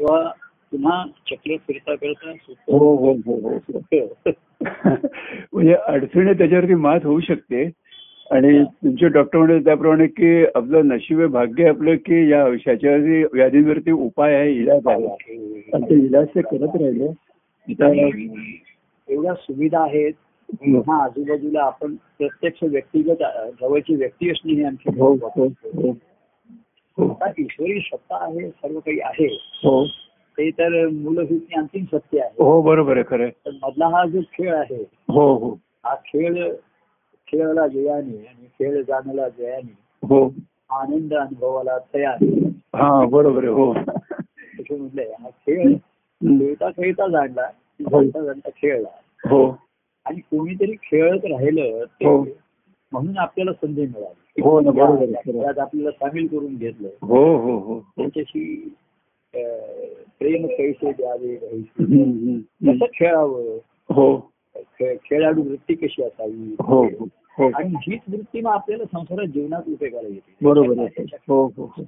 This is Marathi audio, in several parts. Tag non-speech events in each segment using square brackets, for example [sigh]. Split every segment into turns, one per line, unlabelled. तेव्हा तुम्हा चक्र फिरता फिरता सुटतो.
हो हो हो हो हो. [laughs]
हो.
म्हणजे अडचणी त्याच्यावरती मात होऊ शकते आणि तुमचे डॉक्टर म्हणजे त्याप्रमाणे की आपलं नशीब आहे, भाग्य आहे आपलं की या औषधाच्यावरती व्याधींवरती उपाय आहे इलाज आहे आणि ते इलाज ते करत राहिले आता-
आणि एवढ्या सुविधा आहेत पुन्हा आजूबाजूला आपण प्रत्यक्ष व्यक्तिगत अ, जवळची व्यक्ती असणे हे आणखी
हो
महत्त्वाचं
हो हो हो
आता ईश्वरी सत्ता आहे सर्व काही आहे
हो
ते तर मूलभूत अंतिम सत्य आहे
हो बरोबर आहे खरं आहे.
पण मधला हा जो खेळ आहे
हो हो
हा खेळ खेळाला जयाने आणि खेळ जाण्याला जयाने
हो
आनंद अनुभवाला तयार
हा बरोबर आहे [laughs] हो
असं म्हटलंय हा खेळ खेळता खेळता जाणला
हो.
जाणता जाणता खेळला
हो
आणि कोणीतरी खेळत राहिलं ते
हो.
म्हणून आपल्याला संधी मिळाली
हो ना, बरोबर आहे, खरं.
त्यात आपल्याला सामील करून घेतलं
हो हो हो
त्यांच्याशी अं, प्रेम कैसे द्यावे रहीसी.
हम्म, हम्म,
कसं
हम्म.
खेळावं
हो
खे- खेळाडू वृत्ती कशी असावी
हो हो
आणि हीच वृत्ती मग आपल्याला संसारात जीवनात उपयोगाला येते
बरोबर आहे हो हो हो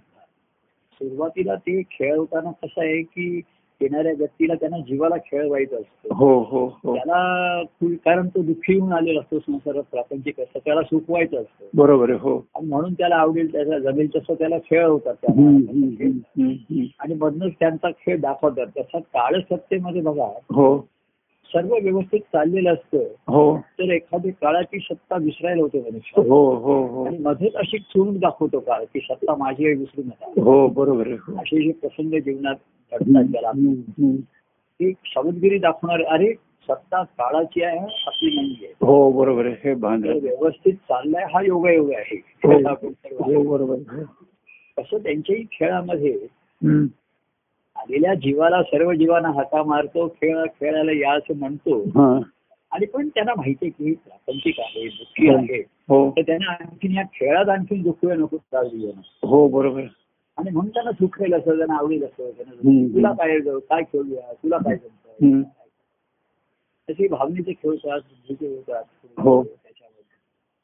सुरुवातीला ते खेळवताना कसं आहे की येणाऱ्या व्यक्तीला त्यांना जीवाला खेळवायचा असतो
हो हो हो
त्याला कुल- कारण तो दुःखी होऊन आलेला असतो संसारात प्रापंचिक असतो त्याला सुखवायचं असतं
बरोबर आहे हो
आणि म्हणून त्याला आवडेल त्याला जमेल तसं त्याला खेळ होतात
हम्म,
त्याला
हम्म, हम्म, हम्म, हम्म.
आणि मधनच त्यांचा खेळ दाखवतात तसा काळ सत्तेमध्ये बघा
हो
सर्व व्यवस्थित चाललेलं असतं
हो
तर एखादी काळाची सत्ता विसरायला होते मनुष्य
हो हो हो
आणि मध्येच अशी चूक दाखवतो काळ की सत्ता माझी आहे विसरू नका
हो बरोबर आहे हो
असे जे प्रसंग जीवनात घडतात त्याला
हम्म, हम्म.
एक सावधगिरी दाखवणार अरे सत्ता काळाची आहे आपली नाही आहे
हो बरोबर आहे हे भान
तर
राहतं.
व्यवस्थित चाललाय हा योगायोग आहे
हो.
त्याला आपण
हो
सर्व-
बरोबर आहे. हो.
तसं त्यांच्याही खेळामध्ये
हम्म.
आलेल्या जीवाला सर्व जीवांना हाका मारतो खेळ खेळायला या असं म्हणतो
हा.
आणि पण त्यांना माहिती आहे की मी प्रापंचिक आहे दुःखी
हो.
आहे
हो
तर त्यांना आणखीन या खेळात आणखीन दुःख नको त्रास देऊ नये.
हो बरोबर आहे.
आणि म्हणून त्यांना सुखेल असं त्यांना आवडेल असं
हम्म.
त्यांना तुला काय काय खेळूया तुला काय जमतं
हम्म.
तसे भावनेचे खेळ होतात बुद्धीचे होतात
हो.
त्याच्यामध्ये.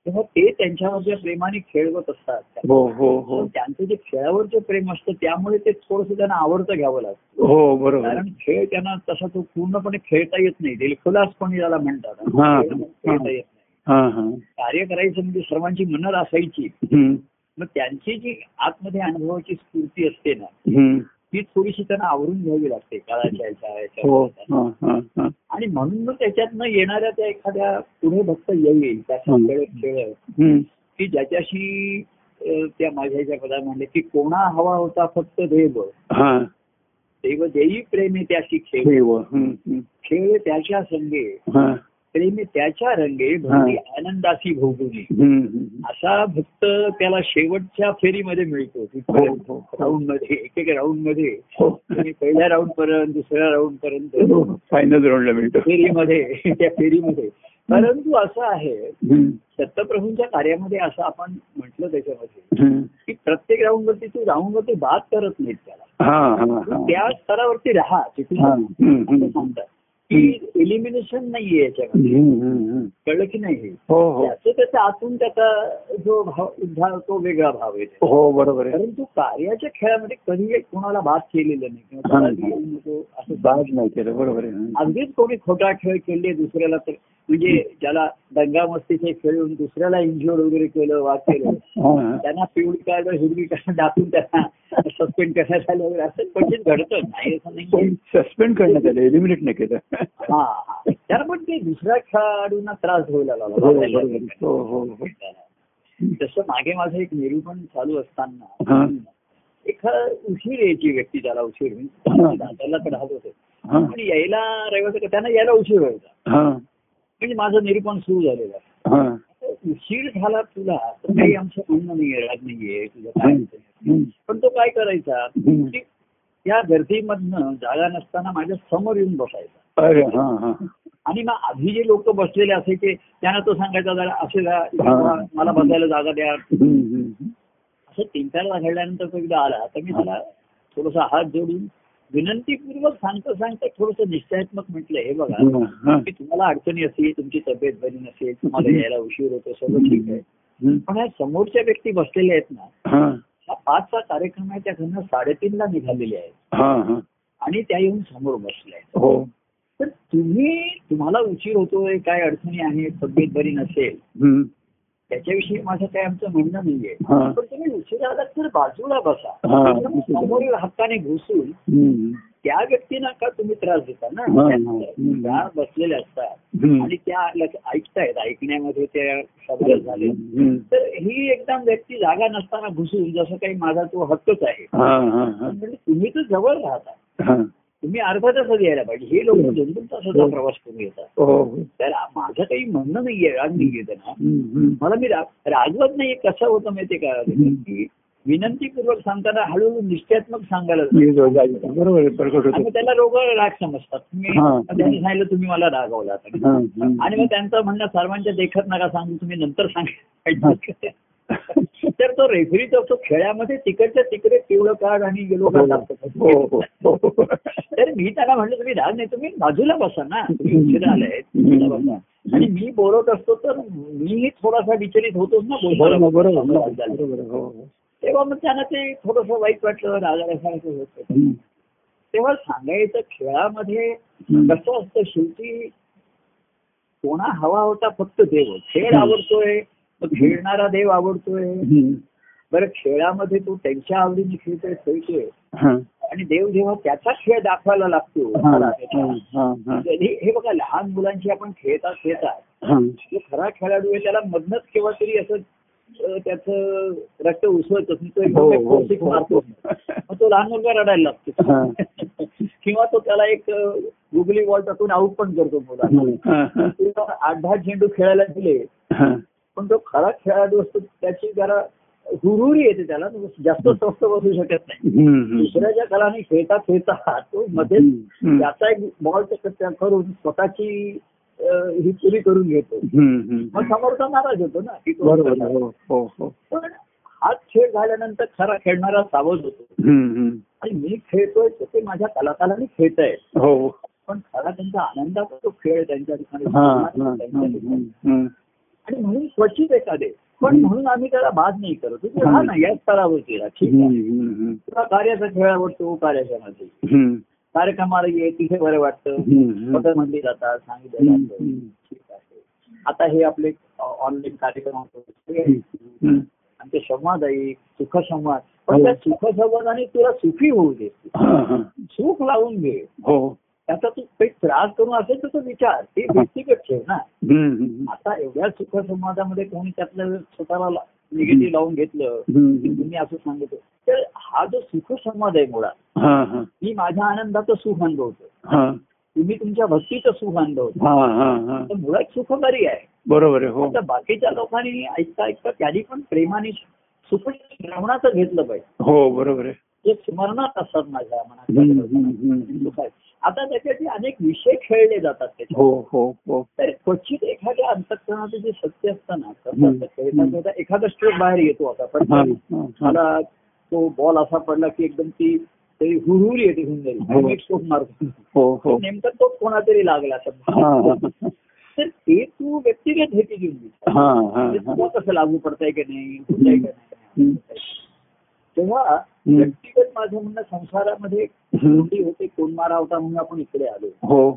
तेव्हा ते त्यांच्यामध्ये प्रेमाने खेळवत असतात
हो हो हो
पण त्यांचं जे खेळावरचं प्रेम असतं त्यामुळे ते थोडस त्यांना आवडतं घ्यावं लागतं
हो बरोबर आहे.
कारण खेळ त्यांना तसा तो पूर्णपणे खेळता येत नाही दिलखुलासपणे त्याला म्हणतात
हा.
खेळ खेळता येत नाही
हा हा
कार्य करायचं म्हणजे सर्वांची मनं असायची
हम्म.
मग त्यांची जी आतमध्ये अनुभवाची स्फूर्ती असते ना
हम्म.
ती थोडीशी त्यांना आवरून घ्यावी लागते काळाच्या याच्या-
हो
याच्या
हा हा हा
आणि म्हणून मग त्याच्यातनं येणाऱ्या त्या एखाद्या पुढे भक्त येईल त्याचा
हम्म.
खेळ खेळ
हम्म.
की ज्याच्याशी अं, त्या माझ्या ज्या पदा म्हणले की कोणा हवा होता फक्त देव
हा
देव देई प्रेमे त्याशी खेळ
हे व. हम्म, हम्म.
खेळ त्याच्या संगे
हा.
प्रेमे त्याच्या रंगे भक्ती आनंदाची भोगुनी
हम्म, हम्म.
असा भक्त त्याला शेवटच्या फेरीमध्ये मिळतो
हो, हो.
राऊंड मध्ये एक एक राऊंड
[laughs]
मध्ये
हो
तुम्ही पहिल्या राऊंड पर्यंत दुसऱ्या राऊंड पर्यंत
फायनल राऊंडला मिळतो
फेरीमध्ये [laughs] त्या फेरीमध्ये परंतु असं आहे
हम्म.
दत्तप्रभूंच्या कार्यामध्ये असं आपण म्हटलं त्याच्यामध्ये
हम्म.
की प्रत्येक राऊंड वरती तू राऊंड वरती बाद करत नाहीत त्याला
हा हा
तू
हा
त्या स्तरावरती राहा तिथून
हा. हम्म,
असं
हम्म.
सांगतात की एलिमिनेशन नाहीये याच्यामध्ये
हम्म, हम्म, हम्म.
कळलं की नाही
हो हो
त्याचं त्याचा आतून त्याचा जो भाव उद्धार तो वेगळा भाव आहे
हो बरोबर आहे
परंतु कार्याच्या खेळामध्ये कधी कोणाला बाद केलेलं नाही किंवा
हा.
कोणाला येऊ नको असं
बाज नाही केलं बरोबर आहे हम्म.
अगदीच कोणी खोटा खेळ खेळले दुसऱ्याला तर म्हणजे ज्याला दंगामस्तीचे खेळ येऊन दुसऱ्याला इंज्युअर वगैरे केलं वाद केलं
हा, हा.
त्यांना पिवळी कार्ड हिरवी कार्ड दाखवून
[laughs]
त्यांना सस्पेंड करण्यात आलं वगैरे असं क्वचित घडतं नाही असं नाही
पण सस्पेंड करण्यात आलं एलिमिनेट नाही केलं हो
हा त्याला पण ते दुसऱ्या खेळाडूंना त्रास व्हायला
बरोबर आहे.
लागला
हो हो हो
जसं मागे माझं एक निरूपण चालू
हा.
असताना एक उशीर यायची व्यक्ती त्याला उशीर मी
हा.
त्याला तर राहत होते
हा
पण यायला रविवार त्यांना यायला उशीर व्हायचा
हा
म्हणजे माझं निरूपण सुरू झालेलं आहे.
हा
आता उशीर झाला तुला तर काही आमचं म्हणणं नाहीये राग नाहीये तुझं काय अडचण आहे.
हम्म.
पण तो काय करायचा
हम्म.
की त्या गर्दीमधनं जागा नसताना माझ्या समोर येऊन बसायचा
अरे हा हा
आणि मग आधी जे लोक बसलेले असायचे त्यांना तो सांगायचा जरा असे जा,
हा.
मला बसायला जागा द्या
हम्म, हम्म.
असं तीन चार वेळा घडल्यानंतर तो एकदा आला तर मी त्याला थोडासा हात जोडून विनंतीपूर्वक सांगता सांगता थोडस निश्चयात्मक म्हटलं हे बघा
हम्म. हा.
की तुम्हाला अडचणी असेल तुमची तब्येत बरी नसेल तुम्हाला यायला उशीर होतो सगळं ठीक आहे
हम्म.
पण ह्या समोरच्या व्यक्ती बसलेल्या आहेत ना
हा
हा पाचचा कार्यक्रम आहे त्या घरनं साडेतीनला निघालेले आहेत
हा हा
आणि त्या येऊन समोर बसल्या
हो
तर तुम्ही तुम्हाला उशीर होतोय काय अडचणी आहेत तब्येत बरी नसेल
हम्म.
त्याच्याविषयी माझं काय आमचं म्हणणं नाहीये
हा.
पण तुम्ही उशिरा आलात तर बाजूला बसा
हा.
समोरील हक्काने घुसून
हम्म.
त्या व्यक्तींना का तुम्ही त्रास देता ना
हा, हा.
त्या बसलेल्या असतात
हम्म.
आणि त्या लक्ष- ऐकतायत ऐकण्यामध्ये त्या सगळं झाले
हम्म.
तर ही एकदम व्यक्ती जागा नसताना घुसून जसं काही माझा तो हक्कच आहे
हा, हा, हा.
म्हणजे तुम्ही तर जवळ राहता
हा.
तुम्ही अर्धा तासात यायला पाहिजे हे लोक दोन दोन तासाचा प्रवास करून येतात
हो, हो.
तर माझं काही म्हणणं नाहीये राग नाही येत ना
हम्म, हम्म.
मला मी रा- रागवत नाही कसं होतं माहितीये का की विनंतीपूर्वक सांगताना हळूहळू निश्चयात्मक सांगायला
मी
लागतो.
जो जायचो. बरोबर आहे, प्रकट
आणि मग
होतो
त्याला रोग राग समजतात मी
हा.
त्यांनी सांगितलं तुम्ही मला रागवला
हा,
आणि
हा.
मग त्यांचं म्हणणं सर्वांच्या देखत नका सांगू तुम्ही नंतर सांगा तर तो रेफरी जो असतो खेळामध्ये तिकडच्या तिकडे पिवळं काढ आणि गेलो
हो,
काढ
हो,
असतो.
हो, हो.
तर मी त्याला म्हणलं तुम्ही राग नाही तुम्ही बाजूला बसा ना तुम्ही उशिरा आलाय बाजूला बसा. आणि मी बोलत असतो तर मीही थोडासा विचलित होतोच ना
बरोबर,
बोलताना.
बरोबर,
झालं.
बरोबर, हो, हो.
तेव्हा मग त्यांना ते थोडस वाईट वाटलं रागासारखं होतं
हम्म.
तेव्हा सांगायचं खेळामध्ये
हम्म.
कसं असतं शेवटी कोणा हवा होता फक्त देव खेळ
हं.
आवडतोय मग खेळणारा देव आवडतोय
हम्म.
बरं खेळामध्ये तो त्यांच्या आवडीने खेळतोय खेळतोय
हा,
आणि देव जेव्हा त्याचा खेळ दाखवायला लागतो
हा, हा, हा, हा.
म्हणजे हे हे बघा लहान मुलांशी आपण खेळता खेळता
हा.
जो खरा खेळाडू आहे त्याला मधनच केव्हा तरी असं अं, त्याचं रक्त उसळत असेल तो
हो,
एकदम एक
हो,
कौशिक
हो.
मारतो मग तो लहान मुलगा रडायला लागतो [laughs] किंवा तो त्याला एक अं, गुगली बॉल टाकून आऊट पण करतो मुलांना
हा, हा,
किंवा आठ दहा झेंडू खेळायला दिले
हा.
पण तो खरा खेळाडू असतो त्याची जरा हुरहुरी येते त्याला तो जास्त स्वस्त बसू शकत नाही
हम्म, हम्म.
दुसऱ्याच्या कलाने खेळता खेळता तो मध्ये
हम्म.
त्याचा एक बॉल करून स्वतःची अं, ही पुरी करून घेतो
हम्म, हम्म.
मग समोरचा नाराज होतो ना की तो
बरोबर आहे, हो, हो, हो.
पण हाच खेळ झाल्यानंतर खरा खेळणारा सावध होतो
हम्म, हम्म.
आणि मी खेळतोय तर ते माझ्या कलाकाराने खेळत आहे
हो.
पण खरा त्यांचा आनंदाचा तो खेळ त्यांच्या ठिकाणी
हा,
त्यांच्या
हा,
ठिकाणी.
हम्म, हम्म.
आणि म्हणून क्वचित एखादे पण म्हणून आम्ही त्याला बाद नाही करत तू राहा ना याच स्तरावरती राहा ठीक आहे
हम्म, हम्म,
तुला कार्याचा खेळ आवडतो कार्याच्यामध्ये
हम्म.
कार्यक्रमाला ये तिथे बरं वाटतं
हम्म,
पदर म्हणली जातात सांगितलं
हम्म,
जातं
हम्म.
ठीक आहे आता हे आपले ऑनलाईन कार्यक्रम होतो
हम्म. हो.
आणि ते संवाद आहे सुखसंवाद पण त्या सुखसंवादाने तुला सुखी होऊ दे
हा, हा.
सुख लावून घे
हो.
त्याचा तू काही त्रास करून असेल तर तो विचार ते व्यक्तिगत ठेव ना
हम्म, हम्म.
आता एवढ्या सुखसंवादामध्ये कोणी त्यातलं स्वतःला निगेटिव्ह लावून घेतलं की
हम्म.
तुम्ही असं सांगितलं तर हा जो सुखसंवाद आहे मुळात
हा, हा,
मी माझ्या आनंदाचं सुख अनुभवतो
हा.
तुम्ही तुमच्या भक्तीचं सुख अनुभवतो
हा, हा, हा.
तर मुळात सुखकारी आहे
बरोबर आहे हो
आता बाकीच्या लोकांनी ऐकता ऐकता त्यांनी पण प्रेमाने सुख श्रवणाचं घेतलं पाहिजे
हो बरोबर आहे
जे स्मरणात असतात माझ्या
हम्म,
मनात
हम्म, हम्म.
आता त्याच्याचे अनेक विषय खेळले जातात त्याच्यात
हो हो हो
तर क्वचित एखाद्या अंतकरणाचं जे सत्य असतं ना कसं
हम्म.
असतं खेळता खेळता एखादा स्ट्रोक बाहेर येतो आता
हा,
पण
हा, हा.
मला तो बॉल असा पडला की एकदम ती तरी हुरहुरी येते
हो.
हुंदरी स्ट्रोक मारतो
हो हो
नेमका तो कोणातरी लागला
हा,
असं
हा,
तर ते तू व्यक्तिगत हेती घेऊन विचार.
हा, हा,
म्हणजे
हा.
तुला कसं लागू पडतंय की नाही होतंय का नाही
हम्म.
तेव्हा
हम्म.
व्यक्तिगत माझं म्हणणं संसारामध्ये
हम्म.
कोंडी होते कोण मारा होता म्हणून आपण इकडे आलो
हो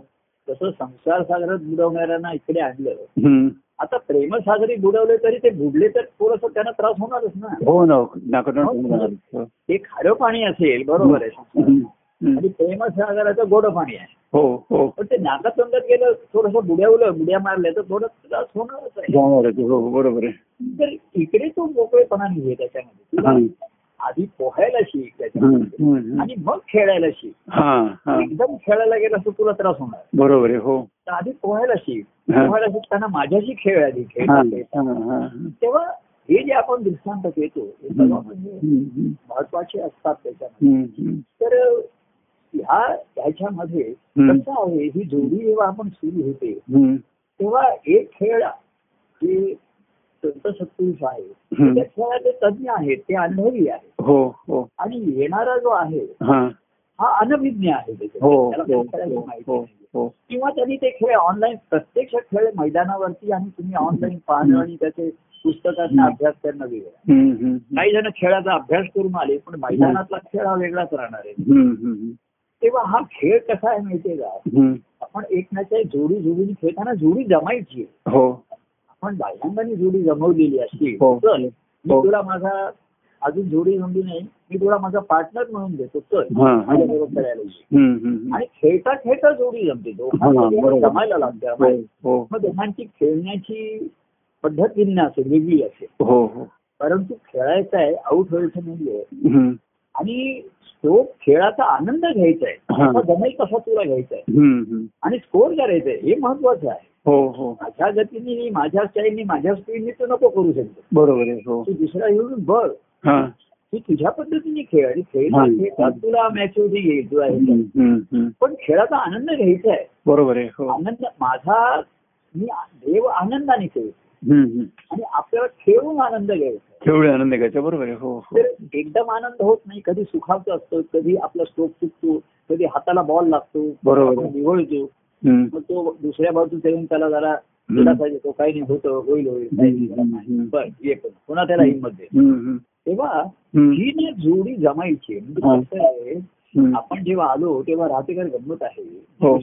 तसं संसार सागरात बुडवणाऱ्यांना इकडे आणलं
हम्म.
आता प्रेमसागरी बुडवले तरी ते बुडले तर थोडस त्यांना त्रास होणारच ना
हो ना नाकातोंड हो.
ते खारं पाणी असेल बरोबर आहे संसारात.
हम्म, हम्म.
आणि प्रेमसागराचं गोड पाणी आहे
हो हो
पण ते नाकातोंडात गेलं थोडस बुड्यावलं बुड्या मारल्या तर थोडा त्रास होणारच आहे
जाणार आहे ते. हो बरोबर आहे
तर इकडे तो मोकळेपणा घे त्याच्यामध्ये तुला
हम्म,
आधी पोहायला शिक
हम्म,
त्याच्यामध्ये
हम्म.
आणि मग खेळायला शिक
हा हा
एकदम खेळायला गेला असं तुला त्रास होणार
बरोबर आहे हो
तर आधी पोहायला शिक
हा.
पोहायला शिकताना माझ्याशी खेळ आधी खेळ
हा,
आहे.
हा, हा.
तेव्हा हे जे आपण दृष्टांत घेतो हे
हो,
सर्व म्हणजे
हम्म, हम्म,
महत्वाचे असतात त्याच्यामध्ये
हम्म, हम्म.
तर ह्या ह्याच्यामध्ये
हम्म.
कसं आहे ही जोडी जेव्हा आपण सुरू होते
हम्म,
तेव्हा एक खेळ जे संत सत्पुरुष आहे
हम्म.
त्या खेळाचे तज्ज्ञ आहेत ते अनुभवी आहेत
हो हो
आणि येणारा जो आहे
हा
हा अनभिज्ञ आहे त्याच्यात.
हो
त्याला
हो
काही खेळाची माहिती
हो
नाही.
हो
किंवा त्यांनी ते खेळ ऑनलाईन प्रत्यक्ष खेळ मैदानावरती आणि तुम्ही ऑनलाईन पाहणं आणि त्याचे पुस्तकांचा अभ्यास करणं वेगळं
हम्म, हम्म,
काही जण खेळाचा अभ्यास करून आले पण मैदानातला खेळ हा वेगळाच राहणार आहे
हम्म, हम्म,
तेव्हा हा खेळ कसा आहे माहितीये का
हम्म.
आपण एकमेकाच्या जोडी जोडीने खेळताना जोडी जमायची आहे.
हो
आपण बाह्यांनी जोडी जमवलेली असली
हो.
चल मी
हो.
तुला माझा अजून जोडी जमली नाही मी तुला माझा पार्टनर म्हणून देतो चल
हा, हा.
माझ्या बरोबर खेळायला ये.
हम्म, हम्म.
आणि खेळता खेळता जोडी जमते दोघांमध्ये
बरोबर.
जमायला लागते
हो
आम्हाला.
हो
मग दोघांची खेळण्याची पद्धत भिन्न असेल वेगळी असेल
हो हो
परंतु खेळायचं आहे आऊट व्हायचं नाहीये
हम्म.
आणि तो खेळाचा आनंद घ्यायचा आहे
हा.
कसा जमेल कसा तुला घ्यायचा आहे
हम्म, हम्म.
आणि स्कोर करायचं आहे हे महत्वाचं आहे
हो हो
माझ्या गतीने मी माझ्या स्टाईलने माझ्या स्पीडने तो नको करू शकतो
बरोबर आहे हो
तू दुसरा येऊन बघ
हा
तू तुझ्या पद्धतीने खेळ आणि खेळता
हा.
खेळता तुला मॅच्युरिटी येईल तुला हे
हम्म,
कळेल.
हम्म, हम्म.
पण खेळाचा आनंद घ्यायचा आहे
बरोबर आहे हो
आनंद माझा मी देव आनंदाने खेळ
हम्म, हम्म.
आणि आपल्याला खेळून आनंद घ्यायचा आहे.
केवढे आनंद घ्यायचा बरोबर आहे हो हो
तर एकदम आनंद होत नाही कधी सुखावतो असतो कधी आपला स्ट्रोक चुकतो कधी हाताला बॉल लागतो
बरोबर.
आपण निवळतो
हम्म.
मग तो दुसऱ्या बाजून येऊन त्याला जरा
हम्म.
तुला पाहिजे तो काही नाही होतं होईल होईल काही नाही, जरा नाही.
हम्म.
बर ये पण पुन्हा त्याला हिंमत दे
हम्म, हम्म.
तेव्हा
हम्म.
ही ना जोडी जमायची आहे. म्हणजे
हा.
कसं आहे
हम्म.
आपण जेव्हा आलो तेव्हा राहतेकर गंमत आहे
हो.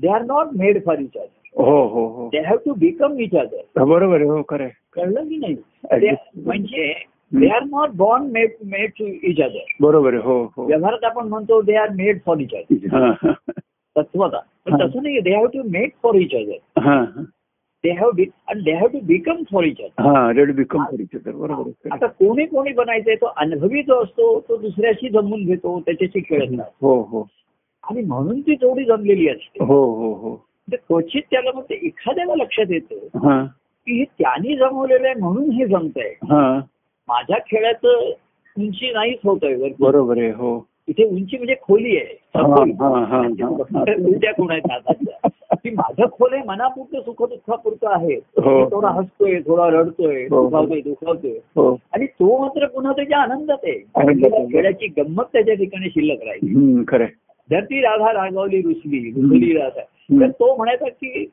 They are not made for each other
हो हो हो
they have to become each other
हा, बरोबर आहे हो खरं आहे.
कळलं की नाही They- म्हणजे they are not born made made to each other
बरोबर आहे हो हो
व्यवहारात आपण म्हणतो they are made for each other
हा, हा.
तत्वता पण
हा.
तसं नाही they have to made for each other
हा
they have and they have to become for each other
हा रेड बिकम करायचं तर बरोबर आहे खरं आहे.
आता कोणी कोणी बनायचंय तो अनुभवी जो असतो तो दुसऱ्याशी जमून घेतो त्याच्याशी खेळत नाही
हो हो
आणि म्हणून ती जोडी जमलेली असते
हो हो हो
तर क्वचित त्याला मग ते एखाद्याला लक्षात येतं
हा
की हे त्यांनी जमवलेलं आहे म्हणून हे जमतंय
हा
माझ्या खेळाचं उंची नाहीच होत आहे वर
बरोबर आहे हो
इथे उंची म्हणजे खोली आहे
हा, हा,
[laughs]
हा, हा.
उलट्या कोण आहेत हातातल्या. की माझं खोल हे मनापुरतं सुख दुःखापुरतं आहे
हो.
मी थोडा हसतोय थोडा रडतोय
हो.
दुखावतोय दुखावतोय
हो
आणि तो मात्र पुन्हा त्याच्या आनंदात
आनंदात
आहे
आहे.
खेळाची गंमत त्याच्या ठिकाणी शिल्लक राहील
हम्म, खरं आहे.
जर ती राधा रागावली रुसली रुसली राधा
हम्म.
तर तो म्हणायचा की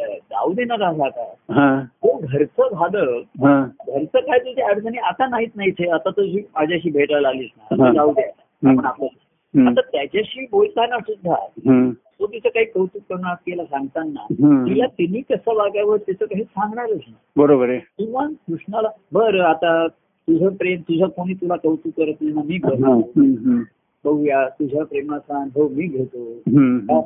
अं, जाऊ दे ना राधा आता
हा
तो घरचं झालं
हा
घरचं काय तुझ्या अडचणी आता नाहीच नाही ते आता तुझी माझ्याशी भेटायला आलीस ना
हा.
आता जाऊ दे आपण
हम्म.
आपलं
हम्म,
आता त्याच्याशी बोलताना सुद्धा
हम्म,
तो तिचं काही कौतुक करणार तिला सांगताना
हम्म.
तिला तिने कसं वागावं त्याचं काही सांगणारच नाही
बरोबर आहे
किंवा कृष्णाला बरं आता तुझं प्रेम तुझं कोणी तुला कौतुक करत नाही ना मी
हा,
करतो
हम्म, हम्म,
बघूया तुझ्या प्रेमाचा अनुभव मी घेतो
हम्म.
हा.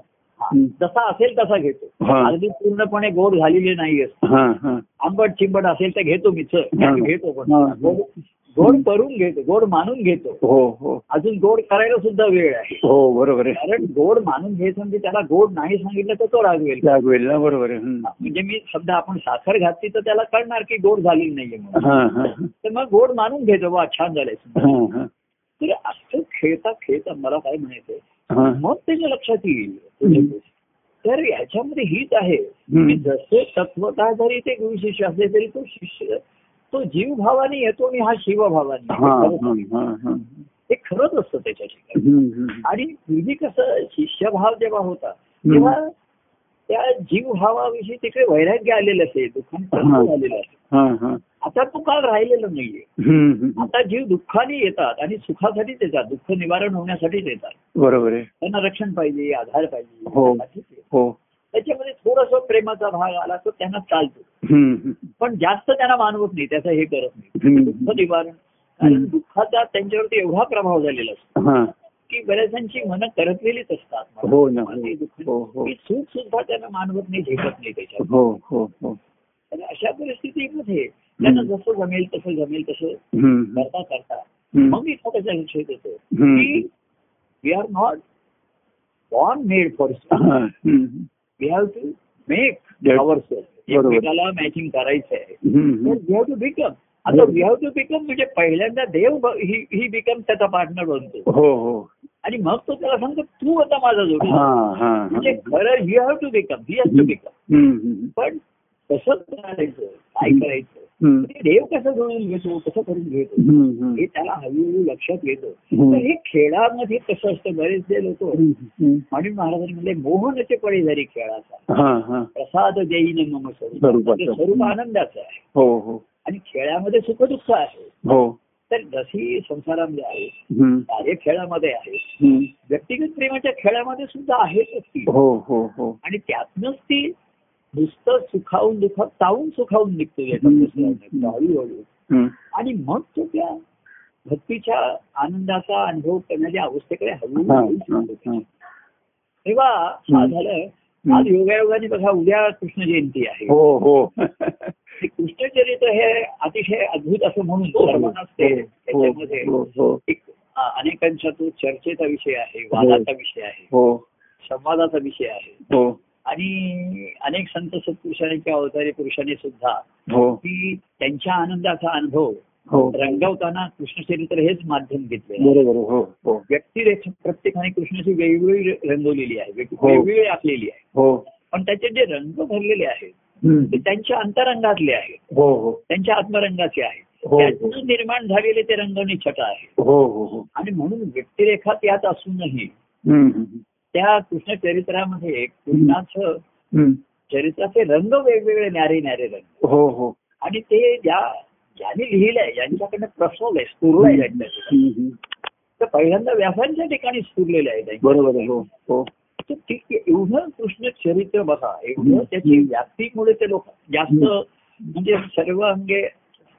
हम्म.
जसा असेल तसा घेतो
हा.
अगदी पूर्णपणे गोड झालेले नाही असते
हा हा
आंबट चिंबट असेल तर घेतो मी चल.
हा.
घेतो पण
हा.
गोड- गोड करून घेतो गोड मानून घेतो
हो हो
अजून गोड करायला सुद्धा वेळ आहे
हो बरोबर आहे
कारण गोड मानून घ्यायचं म्हणजे त्याला गोड नाही सांगितलं तर तो रागवेल
लागवेल ना बरोबर आहे हम्म.
म्हणजे मी समजा आपण साखर घातली तर त्याला कळणार की गोड झाली नाहीये म्हणून
हा हा
तर मग गोड मानून घेतो वा छान झालंय
हा हा
तर असं खेळता खेळता मला काय म्हणायचंय
हा
मग त्याच्या लक्षात येईल
हम्म.
तर याच्यामध्ये हीच आहे
हम्म.
की जसे तत्वता जरी ते गुरु शिष्य असले तरी तो शिष्य तो जीवभावाने येतो आणि हा शिवभावाने
हा
येतो.
हा हा हा.
हे खरंच असतं त्याच्या ठिकाणी
हम्म, हम्म.
आणि पूर्वी कसं शिष्यभाव जेव्हा होता तेव्हा त्या जीवभावाविषयी तिकडे वैराग्य आलेलं असे
हा.
दुःखांत आलेलं असे
हा हा
आता तो काल राहिलेलं नाहीये
हम्म, हम्म.
आता जीव दुःखाने येतात आणि सुखासाठीच येतात दुःख निवारण होण्यासाठीच येतात
बरोबर आहे
त्यांना रक्षण पाहिजे आधार पाहिजे
हो.
त्यासाठी ते.
हो
त्याच्यामध्ये थोडासा प्रेमाचा भाग आला तर त्यांना चालतो
हम्म, हम्म.
पण जास्त त्यांना मानवत नाही त्याचं हे करत नाही दुःख
हम्म.
निवारण कारण
हम्म.
दुःखाचा त्यांच्यावरती एवढा प्रभाव झालेला असतो
हा
की बऱ्याचशी मनं करतलेलीच असतात
हो ना,
मनात
हो.
दुःख-
हो, हो.
की सुख सुद्धा त्यांना मानवत नाही झेपत नाही त्याच्यात
हो हो हो
तर अशा परिस्थितीमध्ये त्यांना
हम्म.
जसं जमेल तसं जमेल तसं
हम्म,
करता करता
हम्म.
मग इथं त्याच्या लक्षात येतो
हम्म.
की we are not born made for
हा, हम्म.
We have to make
Yes.
Our
बरोबर.
एकमेकाला मॅचिंग करायचं आहे
हम्म,
वी हॅव टू बिकम आता
बरोबर.
वी हॅव टू बिकम म्हणजे पहिल्यांदा देव ब- ही ही बिकम त्याचा पार्टनर बनतो
हो हो
आणि मग तो त्याला सांगतो तू आता माझा जोडी
हा हा हा.
म्हणजे खरं you have to become he have to become
हम्म, हम्म.
पण कसं करायचं काय करायचं
हम्म.
ते देव कसं जोडून घेतो कसं करून घेतो
हम्म,
हे
हम्म.
त्याला हळूहळू लक्षात येतं
हम्म.
तर हे खेळामध्ये कसं असतं बरेचसे लोक
हम्म.
म्हणून महाराजांनी म्हणले मोहनचे पडे जरी खेळाचा
हा हा
प्रसाद देईन मम स्वरूप
स्वरूपाचं.
म्हणजे स्वरूप आनंदाचं आहे
हो हो
आणि खेळामध्ये सुखदुःख आहे
हो
तर जशी संसारामध्ये आहे
हम्म,
कार्यखेळामध्ये आहे
हम्म.
व्यक्तिगत प्रेमाच्या खेळामध्ये सुद्धा आहेतच ती
हो हो हो
आणि त्यातनंच ती नुसतं सुखावून दुखा चावून सुखावून निघतो याचा
हम्म,
प्रश्न नाही.
हम्म.
हळूहळू
हम्म,
आणि मग तो त्या भक्तीच्या आनंदाचा अनुभव करण्याच्या अवस्थेकडे
हा,
हळूहळू
हा,
शिकतो.
हा.
तेव्हा हा झालं आज
हम्म.
योगायोगाने बघा उद्या कृष्ण जयंती आहे
हो हो
ते कृष्णचरित्र हे अतिशय अद्भुत असं म्हणून सर्वांनाच ते
हो,
त्याच्यामध्ये
हो, हो,
एक अ, अनेकांच्या तो चर्चेचा विषय आहे वादाचा विषय आहे
हो,
संवादाचा विषय आहे
हो,
आणि अनेक संत सत्पुरुषांनी किंवा अवतारी पुरुषांनी सुद्धा
हो,
की त्यांच्या आनंदाचा अनुभव
हो.
रंगवताना कृष्णचरित्र हेच माध्यम घेतले
बरोबर आहे. हो हो
व्यक्तिरेखा प्रत्येकाने कृष्णाची वेगवेगळी रंगवलेली आहे वेग-
हो.
वेगवेगळी आखलेली आहे
हो
पण त्याचे जे रंग भरलेले आहेत ते
हम्म.
त्यांच्या अंतरंगातले आहेत
हो हो
त्यांच्या आत्मरंगाचे आहेत
हो,
त्यातून निर्माण झालेले ते रंगवणी छटा आहे
हो हो हो
आणि म्हणून व्यक्तिरेखा त्यात असूनही
हम्म, हम्म,
त्या कृष्ण चरित्रामध्ये कृष्णाचं
हम्म.
चरित्राचे रंग वेगवेगळे न्यारे न्यारे रंग
हो हो
आणि ते ज्या ज्यांनी लिहिलंय ज्यांच्याकडनं प्रसवलंय स्फुरलंय त्यांच्याकडे
हम्म, हम्म.
तर पहिल्यांदा व्यासांच्या ठिकाणी स्फुरलेलं आहे त्यांच्या.
बरोबर आहे. हो हो
तर ठीक आहे एवढं कृष्ण चरित्र बघा एवढं त्याची व्याप्तीमुळे ते लोक जास्त
हम्म.
म्हणजे सर्व अंगे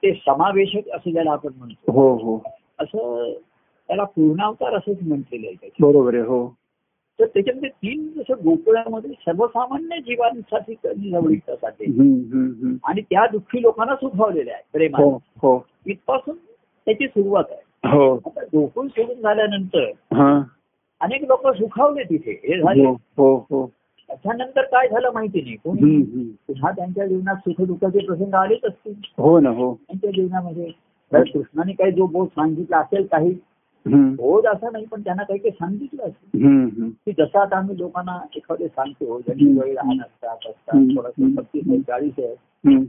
ते समावेशक असं ज्याला आपण म्हणतो
हो हो
असं त्याला पूर्णावतार असंच म्हटलेलं आहे त्याच्यात.
बरोबर आहे. हो
तर त्याच्यामध्ये तीन जसं गोकुळामध्ये सर्वसामान्य जीवांसाठी जवळीकासाठी
हम्म, हम्म, हम्म.
आणि त्या दुःखी लोकांना सुखावलेले आहे
हो
प्रेमाने
हो
इथपासून त्याची सुरुवात आहे
हो
आता गोकुळ सोडून झाल्यानंतर
हा
अनेक लोक सुखावले तिथे हे झाले
हो हो हो
त्याच्यानंतर काय झालं माहिती नाही कोणी
हम्म, हम्म.
पुन्हा त्यांच्या जीवनात सुखदुःखाचे प्रसंग आलेच असतील
हो ना हो
त्यांच्या जीवनामध्ये तर कृष्णाने काही जो बोध सांगितला असेल काही
हम्म,
बोध असा नाही पण त्यांना काही काही सांगितलं असेल
हम्म, हम्म.
की जसं आता आम्ही लोकांना एखादे सांगतो जशी
हम्म.
वय लहान असतात असतात
हम्म.
थोडंसं पस्तीस आहे चाळीस आहे
हम्म,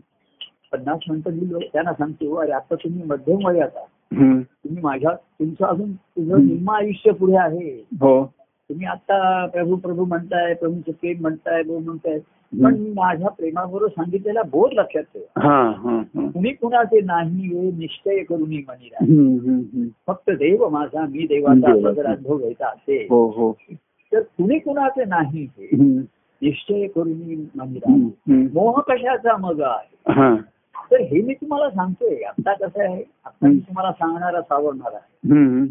पन्नास नंतर मी लोक त्यांना सांगतो अरे आता तुम्ही मध्यम वय आता
हम्म.
तुम्ही माझ्या तुमचं अजून तुझं
हम्म.
निम्म आयुष्य पुढे आहे
हो
तुम्ही आता प्रभू प्रभू म्हणताय प्रभूचं प्रेम म्हणताय प्रभू म्हणताय पण मी माझ्या प्रेमाबरोबर सांगितलेला बोध लक्षात ठेवा
हा हा हा
कुणी कुणाचे नाही हे निश्चय करून मनी
हम्म, हम्म, हम्म.
फक्त देव माझा मी देवाचा
देवाचा.
असा जर अनुभव घ्यायचा असेल
हो हो
तर कुणी कुणाचे नाही हे
हम्म,
निश्चय करून मनिरा
हम्म, हम्म.
मोह कशाचा मग आहे
हा
तर हे मी तुम्हाला सांगतोय आता कसं आहे आता मी
हम्म.
तुम्हाला सांगणारा सावरणारा आहे
हम्म, हम्म.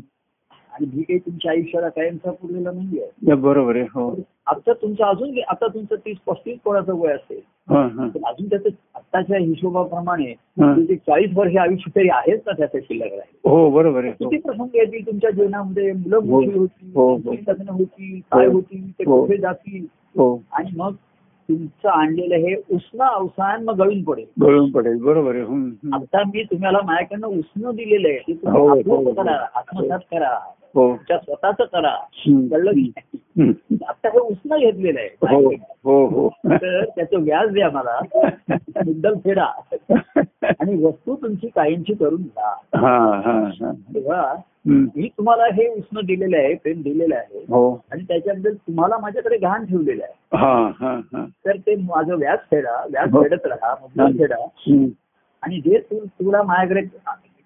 आणि मी काही तुमच्या आयुष्याला कायमचा पुरलेला नाहीये
या, बरोबर आहे हो
आता तुमचं अजून आता तुमचं तीस पस्तीस कोणाचं वय असेल
हा हा
पण अजून त्याचं आत्ताच्या हिशोबाप्रमाणे
हा.
तुमचे चाळीस वर्ष आयुष्य तरी आहेच ना त्याचं शिल्लक राहील
हो बरोबर आहे हो.
किती प्रसंग येतील तुमच्या जीवनामध्ये मुलं
हो.
मुली
हो, हो.
होती लग्न होती काय
हो.
होतील ते
हो.
कुठे जातील
हो
आणि मग तुमचं आणलेलं हे उष्ण अवसान मग गळून पडेल
गळून पडेल बरोबर आहे हम्म, हम्म.
आता मी तुम्हाला माझ्याकडनं उष्ण दिलेलं आहे ते तुम्ही
हो, हो,
आत्मसात
हो.
करा आत्मसात करा
हो
तुमच्या स्वतःच करा
हम्म,
कळलं की नाही?
हम्म.
आता हे उष्ण घेतलेलं
हो
आहे
हो हो
तर त्याचं व्याज द्या मला मुद्दल फेडा आणि वस्तू तुमची कायमची करून घ्या
हा हा हा
तेव्हा
हम्म.
मी तुम्हाला हे उष्ण दिलेलं आहे प्रेम दिलेलं आहे
हो
आणि त्याच्याबद्दल तुम्हाला माझ्याकडे घाण ठेवलेलं आहे
हा हा हा
तर ते माझं व्याज फेडा व्याज
हो.
फेडत राहा मुद्दल फेडा
हम्म.
आणि जे तू तुला माझ्याकडे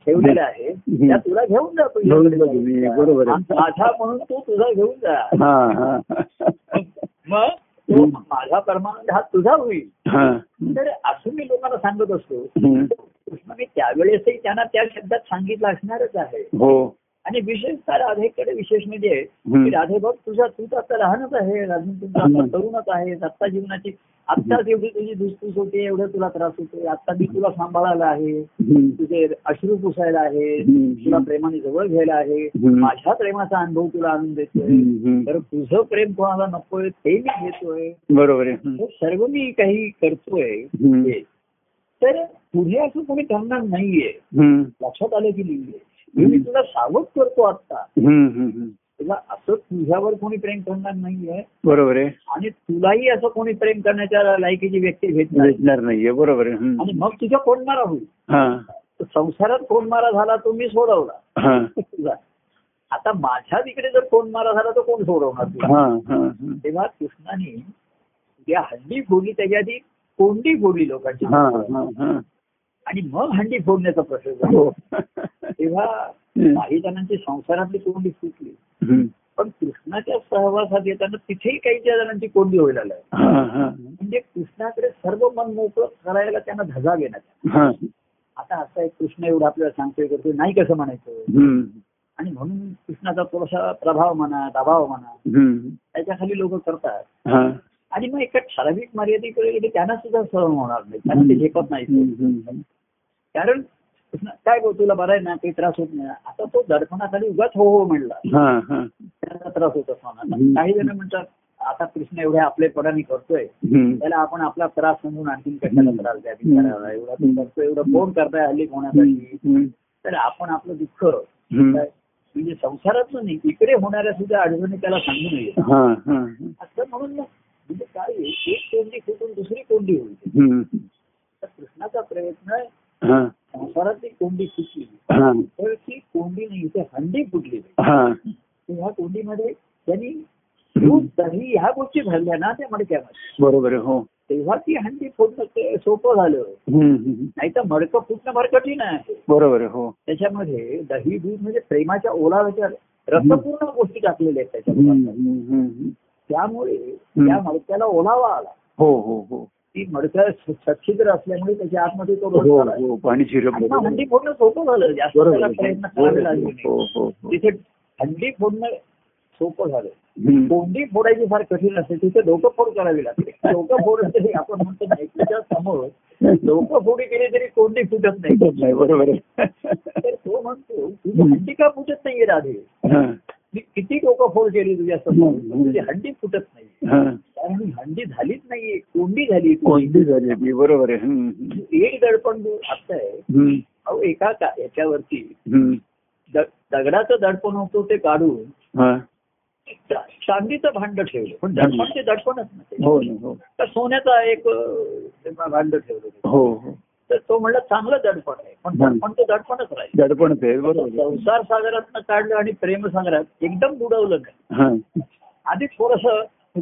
ठेवलेलं आहे त्या तुला घेऊन जा तू.
घेऊन जा तुम्ही, बरोबर आहे.
आणि माझा म्हणून तू तुझा घेऊन
[laughs]
जा
हा हा हा.
मग तो
हम्म.
माझा परमानंद हा तुझा होईल
हा
तर असं मी लोकांना सांगत असतो
हम्म.
कृष्णाने त्यावेळेसही त्यांना त्या शब्दात सांगितलं असणारच आहे
हो
आणि विशेषतः राधेकडे विशेष म्हणजे की
हम्म.
राधे बघ तुझा तू तर आता लहानच आहे अजून तुमचा आता
हम्म.
तरुणच आहे आत्ता जीवनाची आत्ताच एवढी तुझी धुसफूस होते एवढं तुला त्रास होते आता मी तुला सांभाळायला आहे
हम्म.
तुझे अश्रू पुसायला आहे
हम्म.
तुला प्रेमाने जवळ घ्यायला आहे
हम्म.
माझ्या प्रेमाचा अनुभव तुला आणून देतोय
हम्म, हम्म.
तर तुझं प्रेम कोणाला नकोय ते मी घेतोय
बरोबर आहे हम्म.
हे सर्व मी काही करतोय
हम्म.
हे. तर पुढे असं कोणी करणार नाहीये
हम्म.
लक्षात आलं की नाहीये मी तुला सावध करतो आता
हम्म, हम्म, हम्म.
तेव्हा असं तुझ्यावर कोणी प्रेम करणार नाहीये
बरोबर आहे
आणि तुलाही असं कोणी प्रेम करण्याच्या लायकीची व्यक्ती भेटणार नाही.
भेटणार नाहीये बरोबर आहे हम्म.
आणि मग तुझा कोंडमारा होईल
हा
तर संसारात कोंडमारा झाला तो मी सोडवला
हा
तुझा आता माझ्या तिकडे जर कोंडमारा झाला तर कोण सोडवणार तुला
हा हा हा.
तेव्हा कृष्णाने या हंडी फोडली त्याच्या आधी कोंडी फोडली लोकांची
हा, हा, हा.
आणि मग हंडी फोडण्याचा प्रश्न झाला
हो
तेव्हा
हम्म.
काही जणांची संसारातली कोंडी सुटली
हम्म.
पण कृष्णाच्या सहवासात येताना तिथेही काही ज्या जणांची कोंडी व्हायला लागली
हा, हा.
म्हणजे कृष्णाकडे सर्व मन मोकळं करायला त्यांना धजा घेण्यात
हा.
आता असं एक कृष्ण एवढं आपल्याला सांगतोय करतोय नाही कसं म्हणायचं
हम्म.
आणि म्हणून कृष्णाचा थोडासा प्रभाव म्हणा दबाव म्हणा
हम्म.
त्याच्याखाली लोक करतात
हा.
आणि मग एका ठराविक मर्यादेकडे त्यांना सुद्धा सहन होणार नाही त्यांना ते झेपत नाही
हम्म. हम्म.
कारण कृष्ण काय गो तुला बरं आहे ना काही त्रास होत नाही आता तो दडपणाखाली उगाच हो हो म्हणला
हा, हा.
त्याचा त्रास होत असणार
हम्म.
काही जण म्हणतात आता कृष्ण एवढ्या आपलेपणाने करतोय
हम्म.
त्याला आपण आपला त्रास म्हणून आणखीन कशाला त्रास द्या बिचाराला. एवढा तो करतोय एवढं कोण करताय हल्ली होण्यासाठी
हम्म.
तर आपण आपलं दुःख
हम्म.
काय, म्हणजे संसारातलं नाही इकडे होणाऱ्या सुद्धा अडचणी त्याला सांगू नये
हा, हा.
असं म्हणून मग म्हणजे काय आहे, एक कोंडी फुटून दुसरी कोंडी होईल
हम्म.
तर कृष्णाचा प्रयत्न
हा.
संसारातली कोंडी फुटली
हा.
तर ती कोंडी नाही ते हंडी फुटली
हा.
ह्या कोंडीमध्ये त्यांनी दूध दही ह्या गोष्टी भरल्या ना त्या मडक्यामध्ये
बरोबर आहे हो
तेव्हा ती हंडी फोडणं ते सोपं झालं
हम्म. हम्म.
नाही तर मडकं फुटणं फार कठीण आहे
बरोबर आहे हो
त्याच्यामध्ये दही दूध म्हणजे प्रेमाच्या ओलाव्याच्या रसपूर्ण गोष्टी टाकलेल्या आहेत
हम्म.
त्याच्यामध्ये
हम्म. हम्म.
त्यामुळे त्या मडक्याला ओलावा आला
हो हो हो
ती मडकं छ- छच्छिद्र असल्यामुळे त्याच्या आतमध्ये तो रस
हो
आला.
हो पाणी शिरप
आणि मग हंडी फोडणं सोपं झालं जास्त
बरोबर
त्याला
आहे.
प्रयत्न करावे लागले
हो
नाही
हो हो
तिथे हंडी फोडणं सोपं झालं
हम्म.
कोंडी फोडायची फार कठीण असते तिथे डोकं फोड करावी लागते डोकं फोड असते हे आपण म्हणतो नाईकच्या समोर डोकं फोडी केली तरी कोंडी फुटत नाही
नाही बरोबर आहे
तर तो म्हणतो तुझी हंडी का फुटत नाहीये राधे
हा.
मी किती डोकं फोड केली तुझ्या समोर म्हणजे
हम्म.
तुझी हंडी फुटत नाही
हा.
कारण ही हंडी झालीच नाहीये कोंडी झाली
कोणती झाली आपली बरोबर आहे हम्म.
एक दडपण जो असतंय
हम्म.
अहो एका का- याच्यावरती
हम्म.
द- दगडाचं दडपण होतं ते काढून
हा.
चा- चांदीचं भांड ठेवलं पण दडपण ते दडपणच नसते
हो ना, हो
तर सोन्याचा एक अ, भांड ठेवलं
हो हो
तर तो म्हणला चांगलं दडपण आहे पण
हम्म.
दडपण तर दडपणच राहील
दडपणच आहे बरोबर आहे.
संसार सागरात काढलं आणि प्रेम सागरात एकदम बुडवलं नाही
हा.
आधी थोडस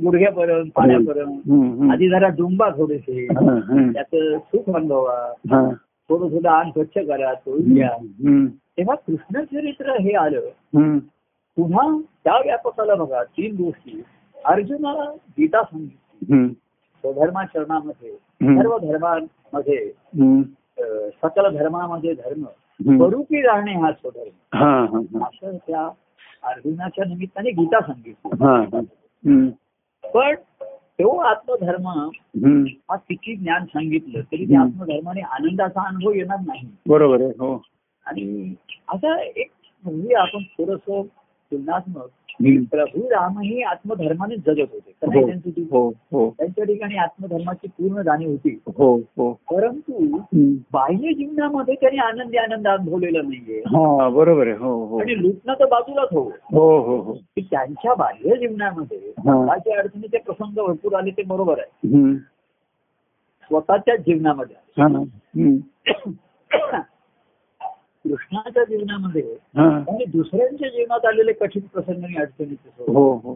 गुडघ्यापर्यंत पाण्यापर्यंत
हम्म, हम्म.
आधी जरा डुंबा थोडेसे
हा, हा.
त्याचं सुख अनुभवा
हा.
थोडं थोडं आण स्वच्छ करा सोडून
हम्म.
घ्या
हम्म.
तेव्हा कृष्णचरित्र हे आलं
हम्म.
पुन्हा त्या व्यापकाला बघा तीन गोष्टी अर्जुनाला गीता सांगितली
हम्म.
स्वधर्माचरणामध्ये
हम्म.
सर्व धर्मांमध्ये
हम्म.
अं, सकल धर्मामध्ये धर्म
हम्म.
स्वरूपी राहणे हा स्वधर्म
हा, हा, हा.
असं त्या अर्जुनाच्या निमित्ताने गीता सांगितली
हा, हा. हम्म.
पण तो आत्मधर्म
हम्म.
हा किती ज्ञान सांगितलं तरी त्या आत्मधर्माने आनंदाचा अनुभव येणार नाही
बरोबर आहे हो
आणि आता एक म्हणजे आपण थोडस तुलनात्मक
हम्म.
प्रभू राम हे आत्मधर्माने जगत होते तर
हो.
त्यांची ती-
हो हो
त्यांच्या ठिकाणी आत्मधर्माची पूर्ण जाणीव होती
हो हो
परंतु
हम्म.
बाह्य जीवनामध्ये त्यांनी आनंदी आनंद अनुभवलेला नाहीये
हा बरोबर आहे हो हो
आणि लुटणं तर बाजूलाच हो
हो हो हो
की त्यांच्या बाह्य जीवनामध्ये
हा.
स्वतःच्या अडचणीचे प्रसंग भरपूर आले ते बरोबर आहे
हम्म.
स्वतःच्याच जीवनामध्ये
हा, हा. हम्म.
कृष्णाच्या जीवनामध्ये
हा.
म्हणजे दुसऱ्यांच्या जीवनात आलेले कठीण प्रसंग आणि अडचणीचे स्वरूप.
हो हो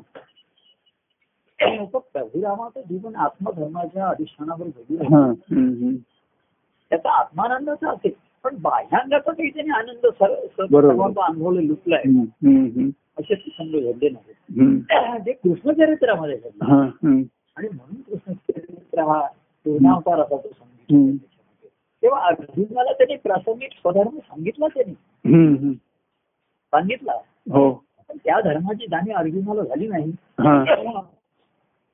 तर प्रभुरामाचं जीवन आत्मधर्माच्या अधिष्ठानावर घडलं
हा. हम्म, हम्म.
त्याचा आत्मानंदाचा असेल पण बाह्यांगाचा काही त्यांनी आनंद सर- सर-
बरोबर.
सर्वांचा अनुभवला लुटलाय
हम्म, हम्म,
असे प्रसंग घडले नाहीत
हम्म.
जे कृष्णचरित्रामध्ये घडलं
हा, हम्म.
आणि म्हणून कृष्णचरित्र हा पूर्णावतार असा तो संगीत
हम्म.
तेव्हा अर्जुनाला त्यांनी प्रासंगिक स्वधर्म सांगितला त्यांनी
हम्म, हम्म.
सांगितला
हो
पण त्या धर्माची जाणीव अर्जुनाला झाली नाही
हा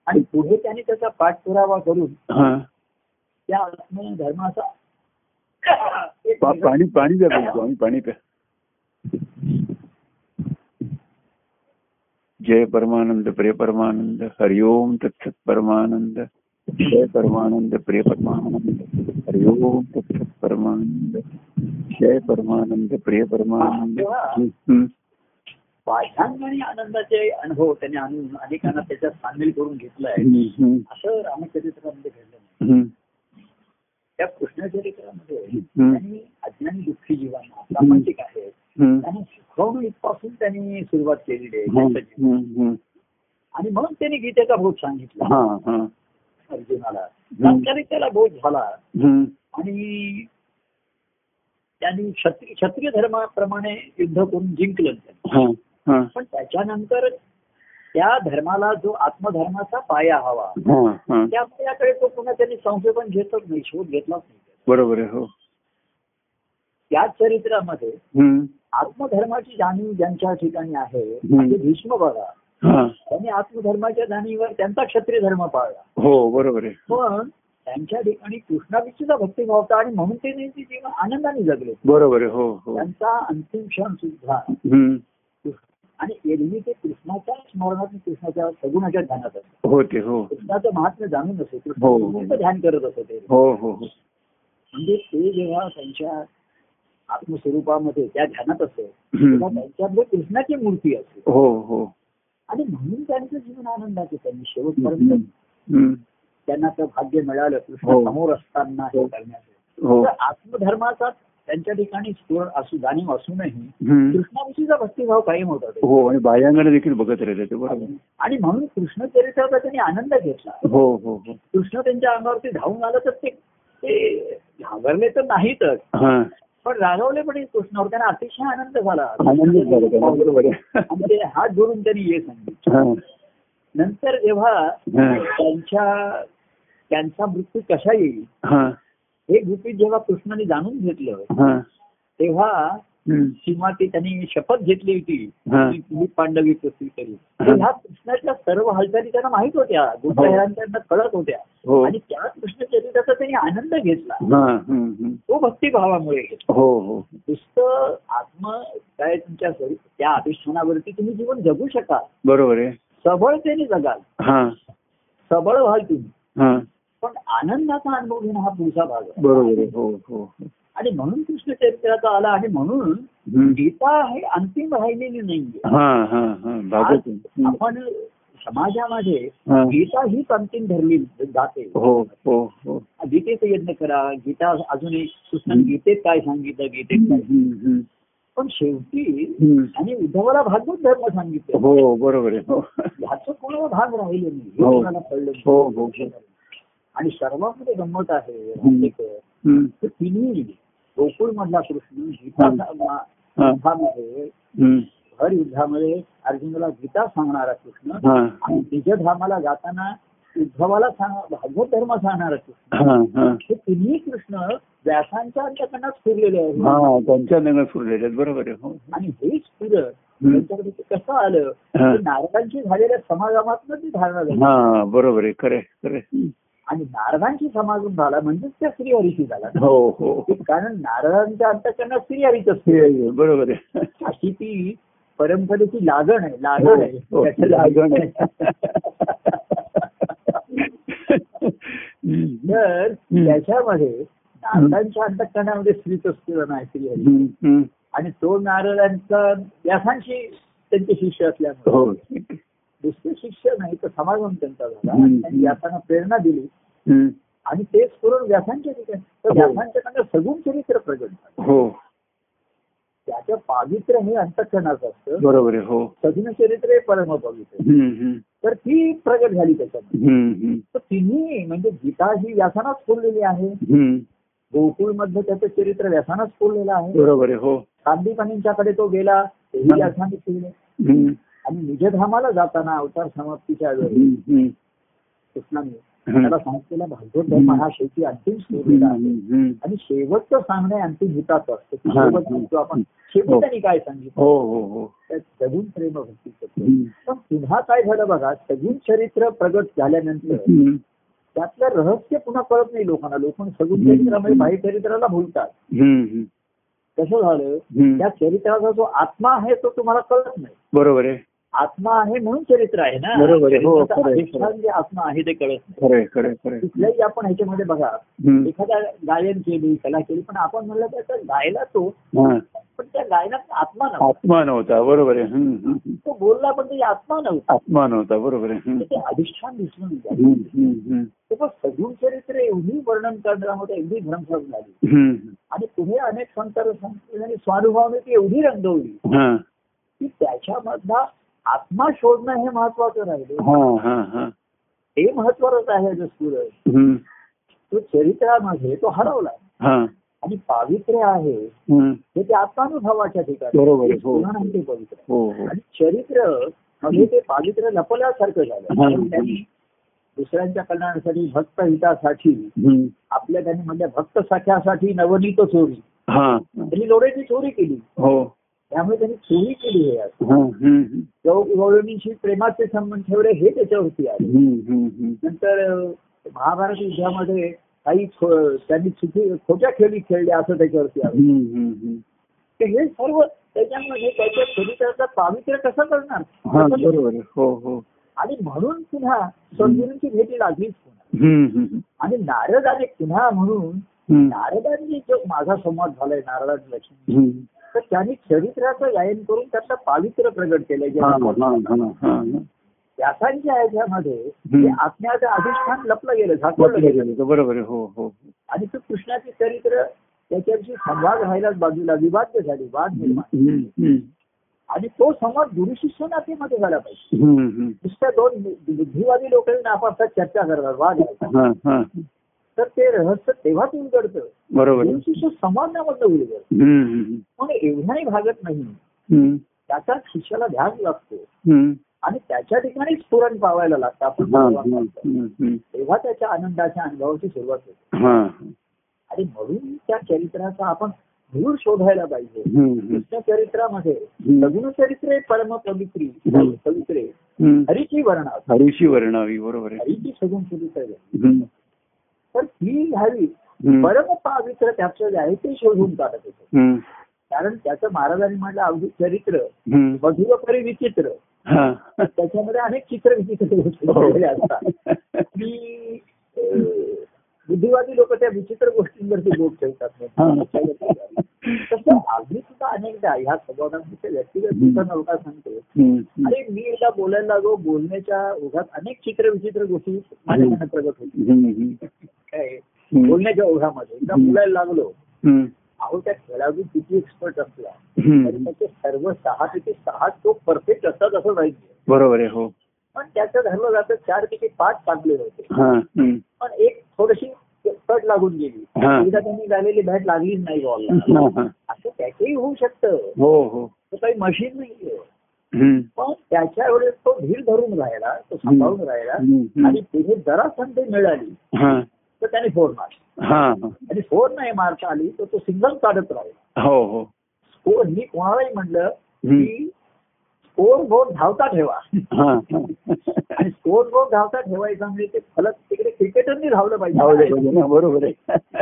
आणि पुढे त्याने त्याचा पाठपुरावा करून
हा
त्या आत्मधर्माचा एक
पा- पाणी पाणी द्या बघतो आम्ही पाणी प्या जय परमानंद प्रिय परमानंद हरिओम तत्सत परमानंद जय परमानंद प्रिय परमानंद हरिओम तत्सत परमानंद जय परमानंद प्रिय परमानंद हम्म, हम्म.
बाह्यांग आणि आनंदाचे अनुभव त्याने आणून अनेकांना त्याच्यात सामील करून घेतलाय
हम्म, हम्म.
असं रामचरित्रामध्ये घडलं नाही.
हम्म,
त्या कृष्णचरित्रामध्ये
हम्म.
त्यांनी अज्ञानी दुःखी जीवांना सामाजिक आहेत
हम्म.
त्यांना शिकवणं इथपासून त्यांनी सुरुवात केलेली आहे
हम्म,
त्यांचं जीवन.
हम्म, हम्म.
आणि म्हणून त्यांनी गीतेचा बोध सांगितला
हा हा
अर्जुनाला संस्कारी त्याला बोध झाला
हम्म,
आणि त्यांनी क्षत्रिय क्षत्रिय धर्माप्रमाणे युद्ध करून जिंकलं त्यांनी.
हा हा
पण त्याच्यानंतर त्या धर्माला जो आत्मधर्माचा पाया हवा
हा हा
त्या पायाकडे तो पुन्हा त्यांनी संशोधन घेतच नाही शोध घेतलाच नाही
बरोबर आहे हो
त्या चरित्रामध्ये
हम्म.
आत्मधर्माची जाणीव ज्यांच्या ठिकाणी आहे
हम्म.
म्हणजे भीष्म बघा
हा
त्यांनी आत्मधर्माच्या जाणीवर त्यांचा क्षत्रिय धर्म पाळला
हो बरोबर आहे
पण त्यांच्या ठिकाणी कृष्णाविषयीचा भक्तिभाव होता आणि म्हणून ते नाही ते जीवन आनंदाने जगले
बरोबर आहे हो हो
त्यांचा अंतिम क्षण सुद्धा
हम्म.
आणि एरवी ते कृष्णाच्या स्मरणात कृष्णाच्या सगुणाच्या ध्यानात असतात
होते हो
कृष्णाचं महात्म्य जाणून असे
हो.
कृष्णाचं ध्यान करत असत ते
हो हो हो
म्हणजे ते जेव्हा त्यांच्या आत्मस्वरूपामध्ये त्या ध्यानात असत तेव्हा
हम्म.
त्यांच्यामध्ये कृष्णाची मूर्ती असते
हो हो
आणि म्हणून त्यांचं जीवन आनंदाचं त्यांनी
हम्म.
शेवटपर्यंत
हम्म.
त्यांना ते भाग्य मिळालं कृष्ण
हो.
समोर असताना हे करण्याचं
हो
तर आत्मधर्माचा त्यांच्या ठिकाणी स्फोर असू जाणीव असूनही
हम्म.
कृष्णाविषयीचा भक्तिभाव कायम होता ते.
हो आणि बाह्यांगण देखील बघत राहिले ते बरोबर आहे.
आणि म्हणून कृष्ण चरित्राचा त्यांनी आनंद घेतला
हो हो हो
कृष्ण त्यांच्या अंगावरती धावून आलं तर ते- ते घाबरले तर नाहीतच
हा
पण रागावले पण नाही कृष्णावर त्यांना अतिशय आनंद झाला
आनंदच झाला त्यांना, बरोबर आहे.
आणि ते हात जोडून त्यांनी ये सांगितलं
हा.
नंतर जेव्हा
हा.
त्यांच्या त्यांचा मृत्यू कसा येईल
हा
हे गुपित जेव्हा कृष्णाने जाणून घेतलं
हा
तेव्हा
हम्म.
किंवा ती त्यांनी शपथ घेतली होती
हा.
की मी पांडवी पृथ्वी करी
हा.
तर ह्या कृष्णाच्या सर्व हालचाली त्यांना माहीत होत्या गुप्तहेरांना कळत होत्या
हो
आणि त्या कृष्ण चरित्राचा त्यांनी आनंद घेतला
हा हम्म, हम्म.
तो भक्तिभावामुळे घेतला
हो हो
नुसतं आत्म काय तुमच्या स्वरूप त्या अधिष्ठानावरती तुम्ही जीवन जगू शकाल
बरोबर आहे
सबळतेने जगाल
हा
सबळ व्हाल तुम्ही
हा
पण आनंदाचा अनुभव घेणं हा पुढचा भाग आहे.
बरोबर आहे हो हो हो.
आणि म्हणून कृष्ण चरित्राचा आला आणि म्हणून
हम्म.
गीता हे अंतिम राहिलेली नाहीये
हा हा हा भागवत आहे.
आज
हम्म.
आपण समाजामध्ये
हा.
गीता हीच अंतिम धरली जाते
हो हो हो
गीतेचा यज्ञ करा गीता अजून एक कृष्ण गीतेत काय सांगितलं गीतेत काय
हम्म, हम्म.
पण शेवटी
हम्म.
आणि उद्धवाला भागवत धर्म सांगितलं
हो बरोबर आहे हो
ह्याचं कोणाला भाग राहिलं नाही हे
हो.
कोणाला कळलं नाही.
हो, हो, हो.
आणि सर्वांमध्ये गंमत आहे रामटेकर.
हम्म.
तर तिन्ही गोकुळ मधला कृष्ण गीता
हा.
युद्धामध्ये
हम्म.
भर युद्धामध्ये अर्जुनाला गीता सांगणारा कृष्ण
हा
आणि निजधामाला जाताना उद्धवाला सांग भागवत धर्म सांगणारा कृष्ण
हा हा
हे तिन्ही कृष्ण व्यासांच्या अंतकरणात फिरलेले आहे
हा त्यांच्या अंगात सुरलेले आहेत बरोबर आहे हो
आणि हेच फिरत त्यांच्याकडे ते कसं आलं
हा.
ते नारदांची झालेल्या समागमातनं ती धारणा झाली
हा बरोबर आहे खरे खरे
आणि नारदांची समागम झाला म्हणजेच त्या श्रीहरीशी झाला ना.
हो हो
कारण नारदांच्या अंतकरणात श्रीहरीच
हे
असते
आहे, बरोबर आहे
अशी ती परंपरेची लागण आहे लागण आहे
हो, हो,
त्याची
लागण आहे.
तर
हम्म.
त्याच्यामध्ये नारदांच्या अंतकरणामध्ये स्त्रीच स्थिरण आहे श्रीहरी
हम्म, हम्म.
आणि तो नारदांचा व्यासांशी त्यांचे शिष्य असल्यामुळे
हो
दुसरे शिष्य नाही तर समागम त्यांचा झाला
हम्म.
आणि त्यांनी व्यासांना प्रेरणा दिली
हम्म.
आणि तेच करून व्यासांच्या ठिकाणी तर
हो.
व्यासांच्या त्यांना सगुण चरित्र प्रगट झालं
हो
त्याचं पावित्र्य हे अंतकरणाचं असतं
बरोबर आहे हो
सगुण चरित्र हे परम पवित्र
हम्म, हम्म.
तर ती प्रगट झाली त्याच्यामध्ये
हम्म, हम्म.
तर तिन्ही म्हणजे गीता ही व्यासानाच फोडलेली आहे
हम्म.
गोकुळ मधलं त्याचं चरित्र व्यासानाच फोडलेलं आहे
बरोबर आहे हो
कांदीपाणींच्याकडे तो गेला तेही
हा.
व्यासाने केले
हम्म,
आणि निजधामाला जाताना अवतार समाप्तीच्या वेळी
हम्म, हम्म.
कृष्णाने त्याला
हम्म,
सांगितलेला भागवत धर्म हा शेवटी अंतिम स्थितीला आहे
हम्म.
आणि शेवटचं सांगणं हे अंतिम हिताचं असतं
हा.
शेवट म्हणतो आपण शेवटी त्यांनी काय सांगितलं
हो हो हो
त्यात सगून प्रेम भक्ती करतो
हम्म.
पण पुन्हा काय झालं बघा सगून चरित्र प्रगट झाल्यानंतर
हम्म,
त्यातलं रहस्य पुन्हा कळत नाही लोकांना लोक सगून
हम्म.
चरित्रामध्ये बाह्य चरित्राला भुलतात
हम्म,
कसं झालं
हम्म.
त्या चरित्राचा जो आत्मा आहे तो तुम्हाला कळत नाही
बरोबर आहे
आत्मा आहे म्हणून चरित्र आहे ना
बरोबर आहे. हो,
चरित्राचा
खरं आहे,
अधिष्ठान जे आत्मा आहे ते कळत नाही
खरं आहे, खरं आहे, खरं आहे.
कुठल्याही आपण ह्याच्यामध्ये बघा
हम्म.
एखादा गायन केली कला केली पण आपण म्हणलं तर त्या गायला तो
हा.
पण त्या गायनात आत्मा नव्हता
आत्मा नव्हता बरोबर आहे हम्म, हम्म, हम्म.
तो बोलला पण त्याची आत्मा नव्हता
आत्मा नव्हता बरोबर आहे हम्म.
तर ते अधिष्ठान दिसून गेलं.
हम्म, हम्म,
तेव्हा सगुण चरित्र एवढी वर्णन करण्यामध्ये एवढी भ्रमसाठ झाली
हम्म.
आणि पुढे अनेक संतार आणि स्वानुभवाने ती एवढी रंगवली
हा.
की त्याच्यामधला आत्मा शोधणं हे महत्वाचं राहिलं
हा, हा, हा.
हे महत्वाचं आहे जो सूरज
हम्म.
तो चरित्रामध्ये तो हरवला
हा.
आणि पावित्र्य आहे
हं.
हे ते आत्मानुभवाच्या ठिकाणी
बरोबर आहे,
हे
हो.
पुराण आणि ते पवित्र
हो हो
आणि चरित्र म्हणजे ते पावित्र्य लपल्यासारखं झालं
हा.
कारण त्यांनी दुसऱ्यांच्या कल्याणासाठी भक्त हितासाठी
हं.
आपल्या त्यांनी म्हणजे भक्त साख्यासाठी नवनीत चोरी
हा
त्यांनी लोड्याची चोरी केली
हो
त्यामुळे त्यांनी चोरी केली हे असं
हं, हं, हं.
गौरवणीशी प्रेमाचे संबंध ठेवले हे त्याच्यावरती आले
हं, हं, हं.
नंतर अं, महाभारत युद्धामध्ये काही खो- त्यांनी चुकी खोट्या खेळी खेळल्या असं त्याच्यावरती आलं
हं, हं, हं.
तर हे सर्व त्याच्यामध्ये त्याच्या चरित्राचा पावित्र्य कसं
हा
करणार
बरोबर आहे. हो हो
आणि म्हणून पुन्हा सद्गुरूंची भेटी लागलीच पुन्हा
हं, हं,
आणि नारदाने पुन्हा म्हणून
हं.
नारदांनी जो माझा संवाद झालाय नारदान लक्ष्मी
हं.
तर त्यांनी चरित्राचं गायन करून त्याचं पावित्र्य प्रगट केलंय जे
हा,
आपण
हा, हा, हा.
व्यासांच्या ह्याच्यामध्ये ते आज्ञाचं अधिष्ठान लपलं गेलं झाकलं
वाटलं
गेलं
गेलं तर बरोबर आहे. हो हो
आणि तो कृष्णाचे चरित्र त्याच्याविषयी संवाद व्हायलाच बाजूला विवाद झाले वाद निर्माण
हं, हं.
आणि तो संवाद गुरुशिष्य नातेमध्ये झाला पाहिजे
हं, हं.
नुसत्या दोन बुद्धिवादी लोकांना आपापसात चर्चा करतात वाद घालतात.
हा, हा.
तर ते रहस्य तेव्हाच उलगडतं
बरोबर आहे.
गुरुशिष्य संवादामधलं उलगडतं
हं, हं,
पण एवढाही भागत नाही
हं.
त्याचा शिष्याला ध्यान लागतो
हं.
आणि त्याच्या ठिकाणी स्फुरण पावायला लागतं आपण
हा,
पावायला
हा,
लागतो.
हं, हं.
तेव्हा त्याच्या आनंदाच्या अनुभवाची सुरुवात होते
हा.
आणि म्हणून त्या चरित्राचा आपण मूळ शोधायला पाहिजे
हं, हं.
कृष्ण चरित्रामध्ये
हं.
लग्न चरित्रे परम पवित्री
हं.
पवित्रे
हं.
हरीची वर्णा
हरीशी वर्णावी बरोबर आहे
हरीची सगुण चरित्र आहे.
हं,
तर ती घ्यावी
हं.
परम पावित्र त्याचं जे आहे ते शोधून काढत होते
हं,
कारण त्याचं महाराजांनी म्हटलं अवधूत चरित्र
हं.
मधुर परी विचित्र
हा.
त्याच्यामध्ये अनेक चित्र विचित्र म्हणजे गोष्टी
हो.
लिहिलेल्या असतात की अं, बुद्धिवादी लोक त्या विचित्र गोष्टींवरती बोट
[laughs]
ठेवतात तसं आम्ही सुद्धा अनेकदा ह्या संवादांमध्ये व्यक्तिगत
हम्म.
सुद्धा नौका सांगतो
हं, हं.
अरे मी एकदा बोलायला लागलो बोलण्याच्या ओघात अनेक चित्र विचित्र गोष्टी माझ्या मनात प्रगट होती
हं, हं.
काय
हं.
बोलण्याच्या ओघामध्ये एकदा
हम्म.
बोलायला लागलो
हं,
अहो त्या खेळाडू किती एक्सपर्ट असला तरी
हं.
त्याचे सर्व सहा पैकी सहा तो परफेक्ट असतात असं पाहिजे
बरोबर आहे हो
पण त्याचं धरलं जातं चार पैकी पाच चांगले होते
हा हं.
पण एक थोडीशी कट लागून गेली
हा.
एकदा त्यांनी झालेली बॅट लागलीच नाही
हा,
बॉलला
हा.
असं त्याचंही होऊ शकतं
हो हो
तो काही मशीन नाहीये
हं.
पण त्याच्या वेळेस तो धीर धरून राहिला तो सांभाळून राहिला
हम्म, हम्म.
आणि पुढे जरा संधी मिळाली
हा
तर त्याने फोर मारली
हा
आणि फोर नाही मारता आली तर तो सिंगल काढत राहिला
हो हो
स्कोर मी कोणालाही म्हणलं
हम्म.
की स्कोर बोर्ड धावता ठेवा
हा
आणि स्कोर बोर्ड धावता ठेवायचा म्हणजे ते फलक तिकडे क्रिकेटरनी धावलं
आवडलं
पाहिजे
पाहिजे ना बरोबर आहे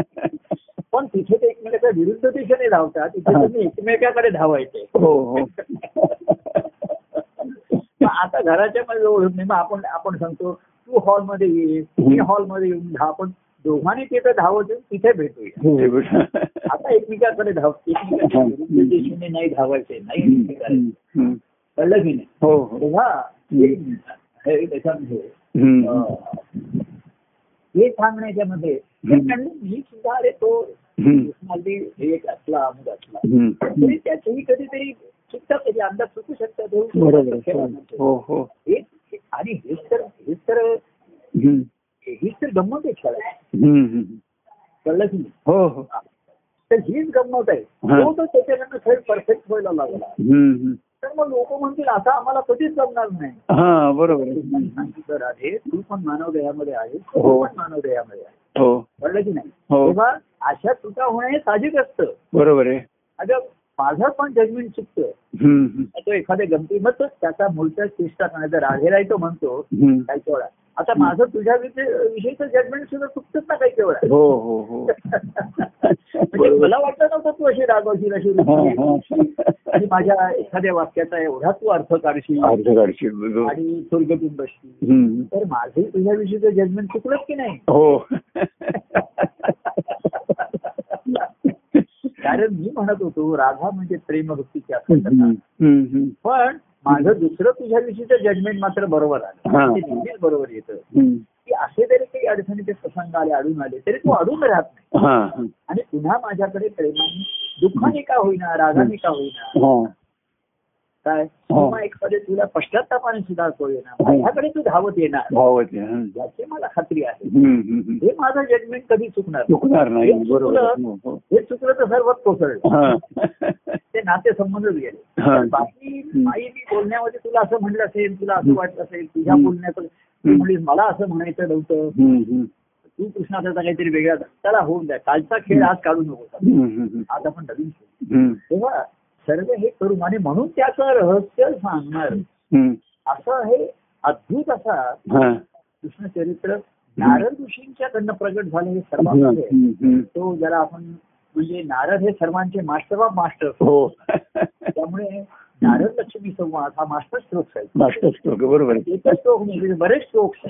पण तिथे ते एकमेकाच्या विरुद्ध दिशेने धावतात तिथे
हा.
तुम्ही एकमेकाकडे धावायचे
हो हो
मग आता घराच्या मध्ये जवळ होत नाही मग आपण आपण सांगतो तू हॉलमध्ये ये मी हॉलमध्ये येऊन धा आपण दोघांनी तिथे धावत येऊन तिथे भेटूया
Very good.
आता एकमेकाकडे धाव एकमेकाच्या विरुद्ध दिशेने नाही धावायचे
हं,
नाही
हं, हं.
कळलं की नाही
हो हो
तेव्हा हे- हे त्याच्यामध्ये
हं,
अं, हे सांगण्याच्या मध्ये कारण मी सुद्धा अरे तो
हं,
कृष्णाली हे एक असला अमुक असला
हं.
तरी त्याचेही कधीतरी चुकतात त्याचे अंदाज चुकू शकतात होऊ शकतात,
बरोबर आहे.
खेळामध्ये.
हो हो
हेच आणि हेच तर हेच तर
हं,
हीच तर गंमत आहे खेळाची
हं, हं.
कळलं की नाही?
हो हो
तर हीच गंमत आहे
हा.
तो तर त्याच्याकडनं खेळ परफेक्ट व्हायला लागला
हं, हं.
तर मग लोक म्हणतील आता आम्हाला कधीच जमणार नाही
हा बरोबर
कृष्णाने
आहे
सांगितलं राधे तू पण मानव देहामध्ये आहे
हो.
तू पण मानव देहामध्ये आहे
हो
कळलं की नाही
हो.
तेव्हा अशा चुका होणं हे साहजिक असतं
बरोबर आहे
अगं माझं पण जजमेंट चुकतं
हं, हं,
तो एखाद्या गमती मग तो त्याचा मूळचा चेष्टा करण्याचा राधेलाही तो म्हणतो
हं.
काही केवळा आता माझं तुझ्या विषय- विषयीचं जजमेंट सुद्धा चुकतंच ना काही केवळा
हो हो हो
म्हणजे मला वाटलं नव्हतं तू अशी रागवशील अशी
हा,
रुसशील.
हा.
आणि माझ्या एखाद्या वाक्याचा एवढा तू अर्थ काढशील
अर्ध काढशील बरोबर.
आणि तुर्गटून बसशील
हम्म.
तर माझे तुझ्याविषयीचं जजमेंट चुकलं की
[laughs]
नाही
हो
कारण मी म्हणत होतो राधा म्हणजे प्रेमभक्तीची
हम्म,
असतात
हम्म,
पण माझं दुसरं तुझ्याविषयीचं जजमेंट मात्र बरोबर
हा.
आलं ते नेहमीच बरोबर येतं
हम्म.
की असे जरी काही अडचणीचे प्रसंग आले अडून आले तरी तू अडून राहत नाही
हा, हा.
आणि पुन्हा माझ्याकडे प्रेमाने दुःखाने का होईना रागाने का होईना
हा.
काय किंवा एखाद्या तुला पश्चातापाने सुद्धा तो येणार माझ्याकडे तू धावत येणार
भावत आहे. हं.
याची मला खात्री आहे
हं, हं, हं.
हे माझं जजमेंट कधी चुकणार नाही.
चुकणार नाही
हे चुकलं.
बरोबर हो, हो.
हे चुकलं तर सर्वात कोसळलं
हं.
ते नाते संबंधच गेले
हा.
पण बाकी आई मी बोलण्यामध्ये तुला असं म्हणलं असेल तुला असं वाटलं असेल तुझ्या
हम्म.
बोलण्याचं तू म्हणलीस मला असं म्हणायचं नव्हतं
हं, हं.
तू कृष्णाचा काहीतरी वेगळा त्याला होऊन द्या कालचा खेळ आज काढू नको
हं, हं, हं.
आज आपण नवीन खेळू.
हं.
तेव्हा सर्व हे करू आणि म्हणून त्याचं रहस्य सांगणार
हं.
असं हे अद्भुत असा
हं.
कृष्ण चरित्र नारद ऋषींच्या कडनं प्रगट झालं हे सर्वांमध्ये आहे.
हं, हं.
तो जरा आपण म्हणजे नारद हे सर्वांचे मास्टर ऑफ मास्टर
हो
त्यामुळे नारद लक्ष्मी संवाद हा मास्टर स्ट्रोक आहे
मास्टर स्ट्रोक बरोबर आहे.
एकच स्ट्रोक नाही त्याचे बरेच स्ट्रोक्स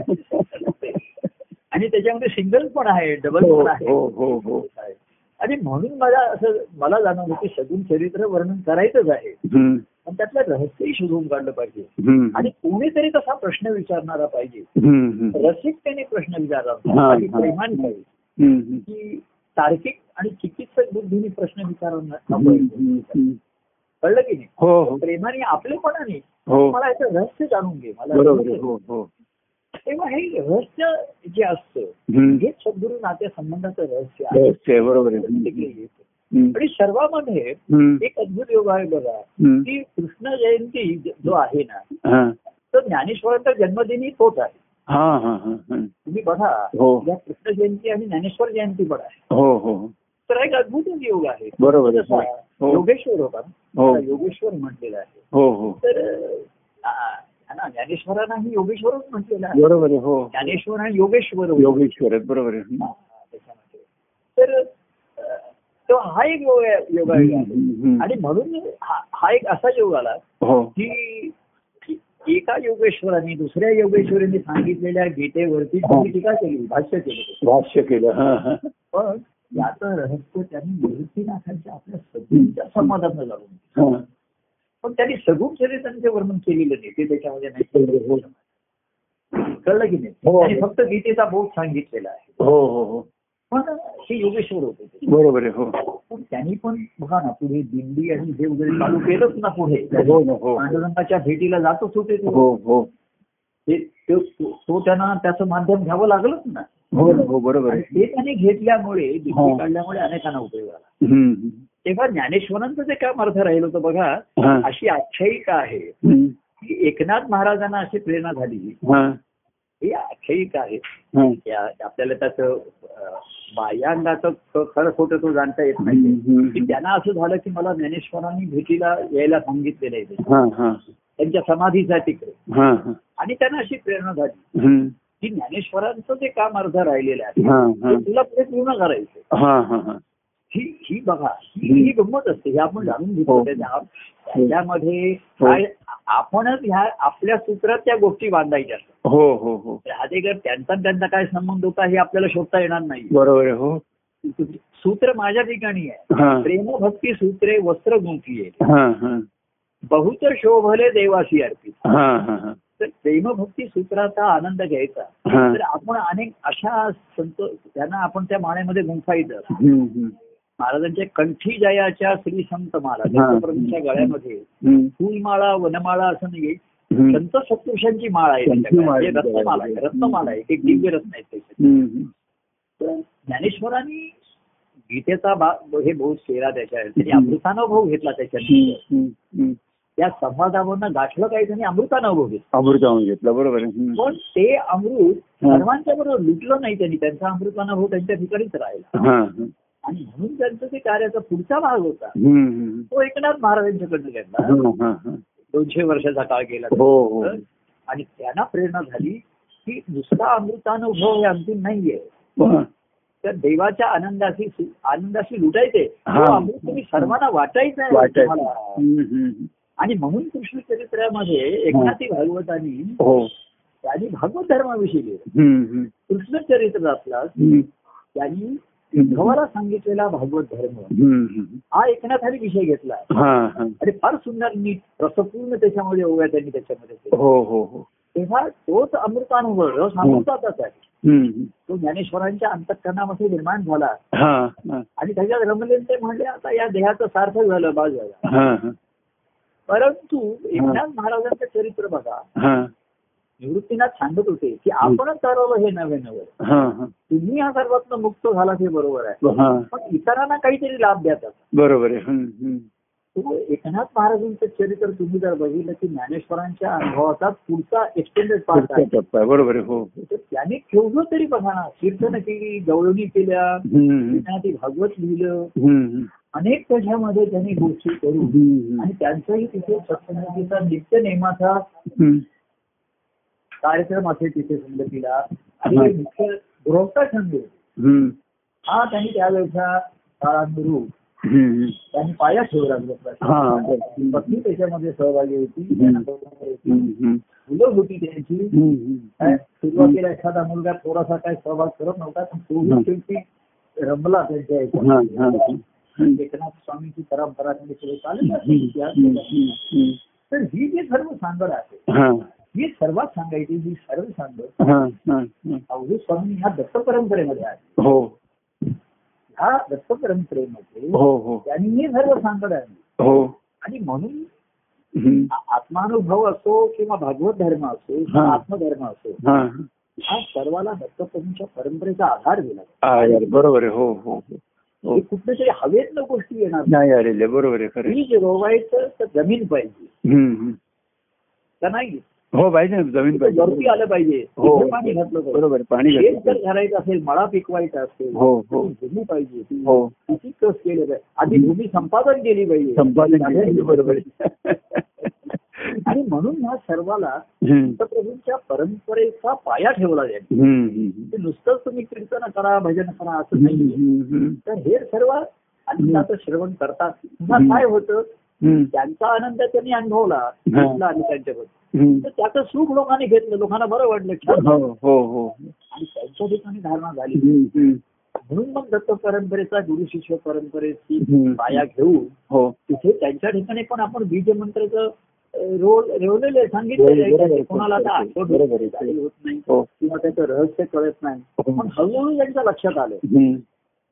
आहेत आणि त्याच्यामध्ये सिंगल पण आहे डबल
हो
पण
हो
आहे
हो हो
आणि म्हणून मला असं मला जाणवलं की सगून चरित्र वर्णन करायचंच आहे
हं,
पण त्यातलं रहस्यही शोधून काढलं पाहिजे
हं.
आणि कोणीतरी तसा प्रश्न विचारणारा पाहिजे
हं, हं.
रसिकतेने प्रश्न विचारला
हा,
पाहिजे.
हा.
आणि प्रेमाने पाहिजे
हं, हं.
की तार्किक आणि चिकित्सक बुद्धीने प्रश्न विचारून
हं, हं, हं.
कळलं की नाही
हो हो
प्रेमाने आपलेपणाने
हो
मला याचं रहस्य जाणून घे मला म्हणजे
बरोबर आहे. हो हो
तेव्हा हे रहस्य जे असतं
हं.
हेच सद्गुरू नात्या संबंधाचं रहस्य आहे
Yes, आहे, बरोबर आहे. हं,
प्रत्येक वेळी येतं.
हं.
आणि सर्वांमध्ये
हं,
एक अद्भुत योग आहे बघा
हं.
की कृष्ण जयंती ज- जो आहे ना
हं.
तो ज्ञानेश्वरांचा जन्मदिनही तोच आहे
हा हा हा हा.
तुम्ही बघा
हो.
या कृष्ण जयंती आणि ज्ञानेश्वर जयंती पण आहे
हो हो हो.
तर हा एक अद्भुतच योग आहे
बरोबर आहे.
जसा
हो
योगेश्वर होता ना,
हो
त्याला योगेश्वर म्हटलेला आहे
हो हो
तर अ, हा ना, ज्ञानेश्वरांना ही योगेश्वरच म्हटलेला आहे
बरोबर आहे. हो
ज्ञानेश्वर आणि योगेश्वर होता.
योगेश्वर आहेत, बरोबर आहे.
हा, हा, त्याच्यामध्ये तर अ, तो हा एक योग योग आहे
हं, हं.
आणि म्हणून हा हा एक असा योग आला
हो
की की एका योगेश्वराने दुसऱ्या योगेश्वरीने सांगितलेल्या गीतेवरती त्यांनी टीका केली भाष्य केली
भाष्य केलं हा, हा.
पण याचं रहस्य त्यांनी निवृत्तीनाथांच्या आपल्या सगळीच्या संवादात जाणून
हा.
पण त्यांनी सगुण चरित्रांचे वर्णन केलेलं नाही ते त्याच्यामध्ये नाही कळलं की नाही
हो.
त्यांनी फक्त गीतेचा बोध सांगितलेला आहे
हो हो हो
पण हे योगेश्वर होते ते.
बरोबर आहे हो
पण त्यांनी पण बघा ना पुढे दिंडी आणि हे वगैरे चालू केलंच ना पुढे
हो ना, हो.
पांडुरंगाच्या भेटीला जातच होते ते.
हो हो
ते- ते- तो तो त्यांना त्याचं माध्यम घ्यावं लागलंच ना
हो ना, हो बरोबर
आणि
आहे
ते त्यांनी घेतल्यामुळे
हो.
दिंडी काढल्यामुळे अनेकांना उपयोग झाला
हं, हं.
तेव्हा ज्ञानेश्वरांचं जे काम अर्थ राहिलं होतं बघा
हा.
अशी आख्यायिका आहे
हं.
की एकनाथ महाराजांना अशी प्रेरणा झाली
हा,
ही आख्यायिका आहे
हा.
या- आपल्याला त्याचं अं, बाह्यांगाचं ख- खरं खोटं तो जाणता येत
हम्म, हम्म.
नाही की त्यांना असं झालं की मला ज्ञानेश्वरांनी भेटीला यायला सांगितलेलं आहे ते.
हा, हा.
त्यांच्या समाधीचा तिकडे
हा, हा.
आणि त्यांना अशी प्रेरणा झाली
हं.
की ज्ञानेश्वरांचं जे काम अर्ध राहिलेलं आहे
हा, हा.
ते तुला पुढे पूर्ण करायचं
हा, हा, हा.
ही ही बघा ही ही गंमत असते हे आपण जाणून घेतो
हो.
त्याच्या- त्याच्यामध्ये काय आपणच ह्या आपल्या सूत्रात त्या गोष्टी बांधायच्या असतात
हो हो हो
राधेकर त्यांचा आणि त्यांचा काय संबंध होता हे आपल्याला शोधता येणार नाही
बरोबर आहे हो
सूत्र माझ्या ठिकाणी आहे
हा
प्रेमभक्ती सूत्रे वस्त्र गुंफी आहे
हा हा
बहुतर शोभले देवासी अर्पित
हा हा
तर प्रेमभक्ती सूत्राचा आनंद घ्यायचा
हा
तर आपण अनेक अशा संत त्यांना आपण त्या माळ्यामध्ये गुंफायचं
हं, हं.
महाराजांच्या कंठी जयाच्या श्री संत महाराज दत्तप्रभूंच्या गळ्यामध्ये
हं,
फुलमाळा वनमाळा असं नाही
हं.
संत सत्पुरुषांची माळ आहे
त्यांची
त्यांच्या
माळ
गळ्यात.
आहे.
म्हणजे रत्नमाला आहे रत्नमाला आहे एक दिव्य रत्न आहे त्याच्यात.
हं, हं.
तर ज्ञानेश्वरांनी गीतेचा भा- हे भाऊ केला त्याच्या त्यांनी अमृतानुभव घेतला
हं,
त्याच्यानंतर
हं, हं.
त्या संवादावरनं गाठलं काही त्यांनी अमृतानुभव घेतला
अमृताहून घेतला बरोबर आहे हं.
पण ते अमृत
हा.
सर्वांच्या बरोबर लुटलं नाही त्यांनी त्यांचा अमृतानुभव त्यांच्या ठिकाणीच राहिला
हा हा.
आणि म्हणून त्यांचं ते कार्याचा पुढचा भाग होता
हं, हं.
तो एकनाथ महाराजांच्याकडनं घेतला
हा, हा, हा.
दोनशे वर्षाचा काळ गेला
हो हो
आणि त्यांना प्रेरणा झाली की दुसरा अमृतानुभव हे अंतिम नाहीये
हा.
तर देवाच्या आनंदाशी सु- आनंदाशी लुटायचे
हा.
तो अमृत तुम्ही सर्वांना वाटायचं आहे
वाटायचं
तुम्हाला.
हं, हं.
आणि म्हणून कृष्ण चरित्रामध्ये एकनाथी भागवतांनी
हो
त्यांनी भागवत धर्माविषयी लिहिलं
हं, हं.
कृष्ण चरित्र असलास
हं.
त्यांनी उद्धवाला सांगितलेला भागवत धर्म
हं, हं.
हा एकनाथाने विषय घेतला
हा हा
आणि फार सुंदर नीट रसपूर्ण त्याच्यामध्ये ओव्या त्यांनी त्याच्यामध्ये केल्या.
हो हो हो
तेव्हा तोच अमृतानुभव रस अमृताचाच आहे
हं, हं.
तो ज्ञानेश्वरांच्या अंतकरणामध्ये निर्माण झाला
हा हा
आणि त्याच्यात रमले ते म्हणले आता या देहाचं सार्थक झालं बाज झाला
हा हा.
परंतु एकनाथ महाराजांचं चरित्र बघा
हा
निवृत्तीनाथ सांगत होते की आपणच ठरवलं हे नव्हे नव्हे
हा हा
तुम्ही या सर्वातनं मुक्त झाला हे बरोबर आहे
हा
पण इतरांना काहीतरी लाभ द्याचा
बरोबर आहे हम्म, हम्म.
तो एकनाथ महाराजांचं चरित्र तुम्ही जर बघितलं की ज्ञानेश्वरांच्या अनुभवाचा पुढचा एक्सटेंडेड पार्ट
पुढचा
आहे
टप्पा आहे. बरोबर आहे हो
तर त्याने केवढं तरी बघा ना कीर्तन केली गवळणी केल्या
हम्म,
कीर्तनातील भागवत लिहिलं
हम्म,
अनेक त्याच्यामध्ये त्यांनी गोष्टी करून
हम्म,
आणि त्यांचाही तिथे सत्संगतीचा नित्य नेमाचा
हम्म.
कार्यक्रम असेल तिथे संगतीला आणि मुख्य गृहस्थ छंद
हम्म,
हा त्यांनी त्यावेळेच्या काळानुरूप
हम्म.
त्यांनी पाया ठेवला
हा, बरं.
पत्नी त्याच्यामध्ये सहभागी होती
हम्म.
मुलं
हम्म, हम्म.
होती त्यांची
हम्म, हम्म.
काय सुरुवातीला एखादा मुलगा थोडासा काही सहभाग करत नव्हता पण
हं.
तो शेवटी रमला त्यांच्या
हा, हा, हा.
याच्यात.
हम्म.
एकनाथ स्वामींची परंपरा त्यांनी पुढे चालत
हम्म,
असते. त्या-
हम्म, हम्म, हम्म.
तर ही जी सर्व सांगड आहे
हा,
ही सर्वात सांगायची ही सर्व सांगड
हा, हा, हा.
अवधू स्वामी ह्या दत्त परंपरेमध्ये आहे
हो
ह्या दत्त परंपरेमध्ये
हो हो
त्यांनी हे सर्व सांगड आणली
हो
आणि म्हणून
हम्म.
आ- आत्मानुभव असो किंवा भागवत धर्म असो किंवा
हा.
आत्मधर्म असो
हा
हा सर्वाला दत्तप्रभूंच्या परंपरेचा आधार दिला
हा, यार बरोबर आहे हो हो हो. हो
हे कुठल्या तरी हवेतनं गोष्टी येणार नाही.
नाही आलेले बरोबर आहे खरं आहे.
बीज रोवायचं तर जमीन पाहिजे
हम्म, हम्म.
का नाही
हो पाहिजे ना जमीन
तर वरती
पाहिजे
आलं पाहिजे
हो.
तिथे पाणी घातलं पाहिजे
बरोबर आहे, पाणी
शेत
घातलं
जर घालायचं असेल मळा पिकवायचा असेल
हो हो
तर भूमी पाहिजे
हो
किती कस केलं पाहिजे आधी भूमी संपादन केली पाहिजे
संपादन केलं, बरोबर आहे.
[laughs] आणि म्हणून ह्या सर्वाला
हम्म,
दत्तप्रभूंच्या परंपरेचा पाया ठेवला जाईल
हम्म, हम्म.
ते नुसतंच तुम्ही कीर्तन करा भजन करा असं
हम्म,
नाही
हम्म,
तर हे सर्व आनंदाचं श्रवण करतात पुन्हा
हम्म.
काय होतं
हम्म.
त्यांचा आनंद त्यांनी अनुभवला घेतला आणि त्यांच्याबद्दल
हम्म.
तर त्याचं सुख लोकांनी घेतलं लोकांना बरं वाटलं छान
हो हो हो
आणि त्यांच्या ठिकाणी धारणा झाली
हम्म, हम्म.
म्हणून मग दत्त परंपरेचा गुरु शिष्य परंपरेची
हम्म.
पाया घेऊन
हो
तिथे त्यांच्या ठिकाणी पण आपण बीज मंत्राचं रोल रेवलेलं आहे, सांगितलेलं आहे.
बरोबर आहे.
कोणाला आता आठवण होत
बरोबर आहे.
नाही, झाली होत नाही
हो
किंवा त्याचं रहस्य कळत नाही
हो.
पण हळूहळू त्यांच्या लक्षात आलं
हम्म.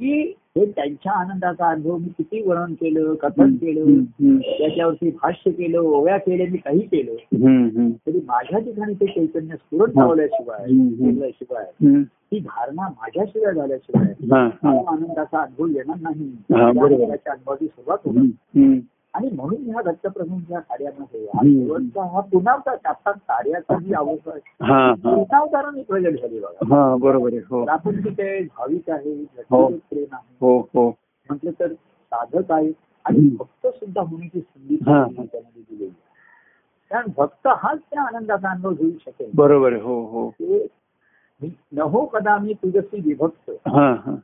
की हे त्यांच्या आनंदाचा अनुभव मी किती वर्णन केलं कथन केलं
हम्म.
त्याच्यावरती भाष्य केलं ओव्या केले मी काही केलं
हम्म, हम्म.
तरी माझ्या ठिकाणी ते चैतन्य स्फुरण पावल्याशिवाय
हम्म, हम्म.
केल्याशिवाय
हम्म.
ती धारणा माझ्याशिवाय झाल्याशिवाय
हा, हा.
मला आनंदाचा अनुभव येणार नाही
हा, बरोबर.
त्या आनंदाच्या अनुभवाची सुरुवात होणार
हम्म, हम्म.
आणि म्हणून ह्या दत्तप्रभूंच्या कार्यामध्ये हा
हम्म.
शेवटचा हा पुनरावतार आता कार्याचा जी अवस्था आहे,
हा हा
पुनरावताराने प्रगट झाली बघा
हा बरोबर आहे हो
तर आपण जे काही भाविक आहे
हो.
व्यक्तिगत प्रेम आहे
हो हो
म्हटलं तर साधक आहे आणि
हम्म.
भक्त सुद्धा होण्याची संधी
हा.
त्यामध्ये दिलेली आहे. कारण भक्त हाच त्या आनंदाचा अनुभव घेऊ शकेल
बरोबर आहे हो हो
ते मी न हो कदा मी तुझशी विभक्त
हा हा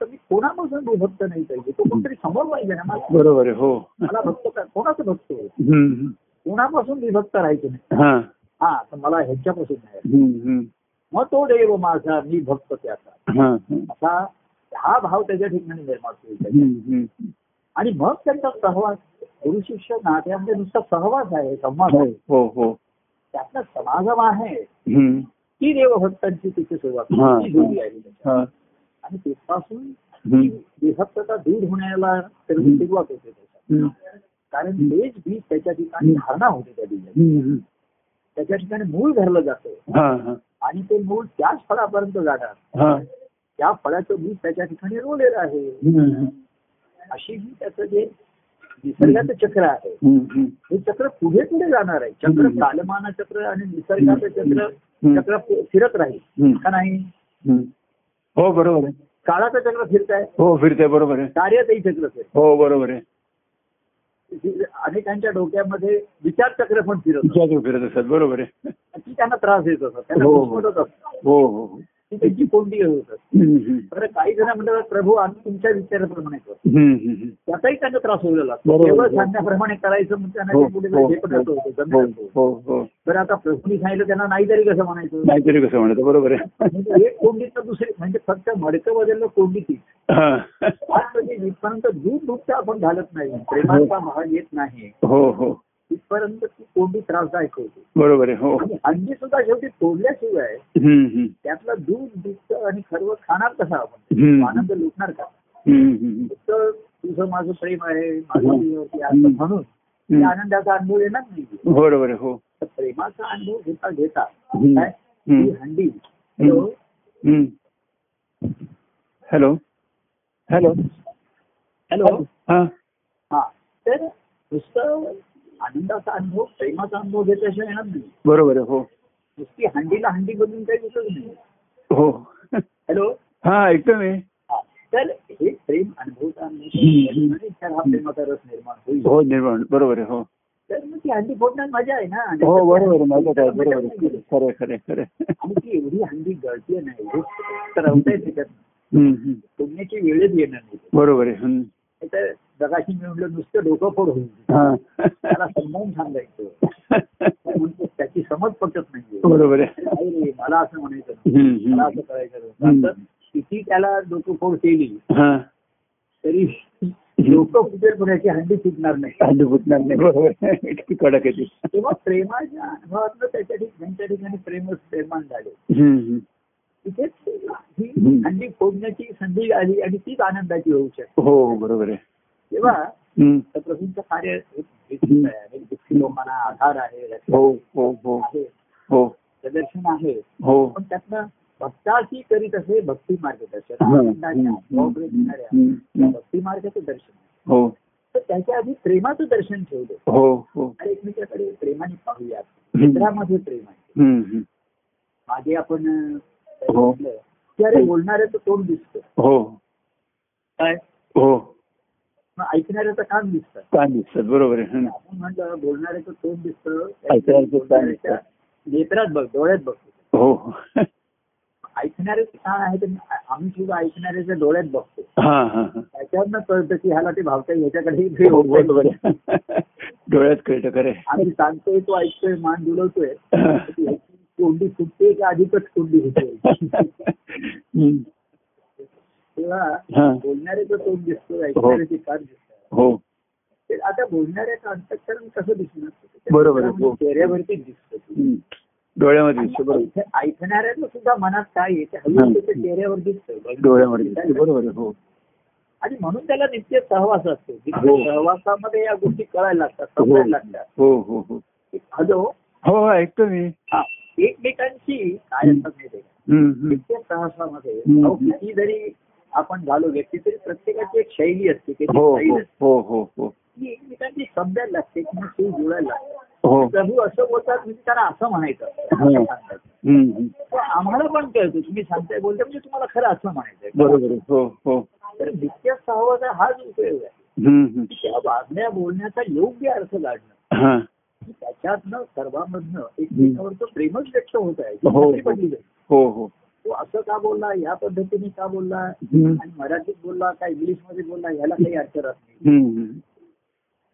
तर मी कोणापासून विभक्त नाही पाहिजे तो कोणतरी समोर पाहिजे ना मला
बरोबर आहे हो
मला भक्त का- कोणाचं भक्त आहे?
हम्म, हम्म.
कोणापासून विभक्त राहायचं नाही
हा
हा तर मला ह्याच्यापासून नाही
हम्म, हम्म.
मग तो देव माझा मी भक्त त्याचा
हा, हा.
असा हा भाव त्याच्या ठिकाणी निर्माण होईल
हम्म, हम्म.
आणि मग त्यांचा सहवास गुरु शिष्य नात्यामध्ये नुसता सहवास आहे संवाद
हो
आहे
हो हो
त्यातला समागम आहे
हम्म.
ती देवभक्तांची तिथे सुरुवात
हा.
ती जोडी आहे त्याच्यात.
हा.
आणि तिथपासून
हम्म.
विभक्तता दूर होण्याला तर
हम्म.
सुरुवात होते त्याच्यात.
हम्म.
कारण तेच बीज त्याच्या ठिकाणी
हम्म.
धारणा होते त्या बीजाची
हम्म.
त्याच्या ठिकाणी मूळ धरलं जातं
हा हा
आणि ते मूळ त्याच फळापर्यंत जाणार
हा
त्या फळाचं बीज त्याच्या ठिकाणी रोवलेलं आहे
हम्म, हम्म.
अशी ही त्याचं जे निसर्गाचं चक्र आहे
हम्म, हम्म.
हे चक्र पुढे पुढे जाणार आहे चक्र
हम्म.
कालमान चक्र आणि निसर्गाचं चक्र
हम्म.
चक्र फि- फिरत राहील
हम्म.
का नाही
हम्म. हो बरोबर आहे
काळाचं चक्र फिरत आहे
हो फिरते बरोबर आहे
कार्याचंही चक्र फिरत
हो बरोबर आहे
अनेकांच्या डोक्यामध्ये विचार चक्र पण फिरत असतं.
विचार फिरत असतात बरोबर आहे
ती त्यांना त्रास देत असतात त्यांना
हो, हो.
घुसमटत असतात
हो हो हो.
ती त्यांची कोंडी होत असते
हम्म, हम्म.
तर काही जण म्हणतात प्रभू आम्ही तुमच्या विचाराप्रमाणे करतो
हम्म, हम्म, हम्म.
त्याचाही त्यांना त्रास होईल
बरोबर.
केवळ सांगण्याप्रमाणे करायचं म्हणजे त्यांना
हो,
ते पुढे
हो,
हे पण
हो,
असं होतं, जमलं
हो,
असं.
हो, हो.
तर आता प्रभूंनी सांगितलं त्यांना नाही तरी कसं म्हणायचं
नाहीतरी कसं म्हणतो बरोबर आहे
म्हणजे एक कोंडी तर दुसरी म्हणजे फक्त मडकं बदललं कोंडी तीच
हा.
आज म्हणजे जिथपर्यंत दूध दुभतं आपण घालत नाही प्रेमाचा महाग येत नाही
हो हो
तिथपर्यंत ती कोंडी त्रासदायक होते
बरोबर आहे हो
आणि अंडी सुद्धा शेवटी तोडल्याशिवाय
हम्म, हम्म.
त्यातलं दूध दुभतं आणि खरवत खाणार कसं आपण
हम्म.
आनंद लुटणार का
हम्म, हम्म,
फक्त तुझं माझं प्रेम आहे माझं
हम्म.
तुझ्यावरती आहे असं म्हणून त्या आनंदाचा अनुभव येणार नाही
बरोबर आहे, हो
तर प्रेमाचा अनुभव घेता घेता
हम्म.
काय
हम्म.
ही हंडी हॅलो
हम्म. हॅलो हॅलो
हॅलो
हा
हा तर नुसतं आनंदाचा अनुभव प्रेमाचा अनुभव घेतल्याशिवाय येणार नाही
बरोबर आहे, हो
नुसती हंडीला हंडी बदलून काही उपयोग नाही
हो
हॅलो
हा ऐकतो मी
हा. तर हे प्रेम अनुभवता
हम्म.
अनुभवता तर हा प्रेमाचा रस निर्माण होईल
हो निर्माण बरोबर आहे हो
तर मग ती हंडी फोडण्यात मजा आहे ना
हो बरोबर आहे, माझं काय बरोबर आहे खरं- खरं खरं खरं
आणि ती एवढी हंडी गळते नाही तरवता येते त्यात
हम्म, हम्म.
तोडण्याची वेळच येणार नाही
बरोबर आहे हम्म.
तर जगाशी मिळवलं नुसतं डोकं फोड होईल
हा
त्याला समजावून सांगायचं तर म्हणतो त्याची समज पटत नाहीये
बरोबर आहे
नाही रे, मला असं म्हणायचं नाही.
हम्म,
मला
हम्म.
असं करायचं नव्हतं.
हम्म.
असं किती त्याला डोकंफोड केली
हा
तरी डोकं फुटेल कोणाची हंडी फुटणार नाही
अंडी फुटणार नाही बरोबर आहे. इतकी कडक आहे ती
तेव्हा प्रेमाच्या अनुभवातलं त्याच्या ठिक- त्यांच्या ठिकाणी प्रेमच निर्माण झाले
हम्म, हम्म.
तिथेच ही
हम्म.
हंडी फोडण्याची संधी आली आणि तीच आनंदाची होऊ शकते
हो बरोबर आहे
तेव्हा
हम्म.
प्रभूंचं कार्य एक विस्तृत आहे, अनेक दुःखी लोकांना आधार आहे रक्षण
हो हो हो
आहे
हो
प्रदर्शन आहे
हो
पण त्यातनं भक्ताशी करीत असे भक्ती मार्गदर्शन
हम्म.
आनंदाच्या
हो.
अनुभवाकडे नेणाऱ्या
हम्म.
त्या भक्ती मार्गाचं दर्शन
हो
तर त्याच्या आधी प्रेमाचं दर्शन ठेवलं
हो हो
आणि एकमेकाकडे प्रेमाने पाहूयात
हम्म.
मित्रामध्ये प्रेम आहे
हम्म, हम्म.
मागे आपण अं,
हो.
म्हटलं की अरे बोलणाऱ्याचं तोंड दिसतं
हो
काय
हो
मग ऐकणाऱ्याचं कान दिसतं
काय दिसतात बरोबर आहे हम्म.
आपण म्हटलं बोलणाऱ्याचं तोंड दिसतं
ऐकणाऱ्याचं कान दिसतं.
नेत्रात बघ डोळ्यात बघतो
हो
ऐकणाऱ्याचं कान आहे तर आम्ही सुद्धा ऐकणाऱ्याच्या डोळ्यात बघतो
हा हा हा
त्याच्यावरनं कळतं की ह्याला ते भावता ह्याच्याकडे
हो, बरोबर आहे. डोळ्यात कळतं खरं आहे.
आम्ही सांगतोय तो ऐकतोय मान दुलवतोय
हा.
कोंडी फुटते का अधिकच कोंडी होते
हम्म.
तेव्हा
हा.
बोलणाऱ्याचं तोंड दिसतं ऐकणाऱ्याचे कान दिसतं
हो
ते आता बोलणाऱ्याचं अंतःकरण कसं दिसणार
बरोबर आहे, हो.
चेहऱ्यावरती दिसतं ते.
हम्म. डोळ्यामध्ये दिसतं
आणि
बरोबर
ऐक- ऐकणाऱ्याचं सुद्धा मनात काय आहे ते
हा.
हळूहळू त्याच्या चेहऱ्यावर दिसतं
डोळ्यामध्ये दिसतं बरोबर आहे हो
आणि म्हणून त्याला नित्य सहवास असतो नित्य
हो.
सहवासामध्ये या गोष्टी कळायला लागतात
हो
समजायला लागतात
हो हो हो
हॅलो
हो ऐकतो मी
हा. एकमेकांशी काय असतात माहिती आहे का?
हम्म, हम्म.
नित्य सहवासामध्ये
हम्म.
अहो, किती जरी आपण घालो व्यक्ती तरी प्रत्येकाची एक शैली असते त्याची
हो
स्टाईल
हो
असते.
हो हो हो
ती एकमेकांची समजायला लागते किंवा ती जुळायला लागते
हो
प्रभू असं बोलतात म्हणजे त्यांना असं म्हणायचं
हम्म.
असं सांगतात.
हम्म, हम्म.
तर आम्हाला पण कळतं तुम्ही सांगताय बोलता म्हणजे तुम्हाला खरं असं म्हणायचं
बरोबर आहे हो हो
तर नित्य सहवास हाच उपयोग आहे
हम्म, हम्म.
की त्या बातम्या बोलण्याचा योग्य अर्थ काढणं
हा.
की त्याच्यातनं सर्वांमधनं एकमेकावरचं प्रेमच व्यक्त होत आहे
हो, हो.
खात्री पडली जाईल.
हो हो
तो असं का बोलला या पद्धतीने का बोलला
हम्म.
आणि मराठीत बोलला का इंग्लिश मध्ये बोलला याला काही अर्थ राहत नाही
हम्म, हम्म.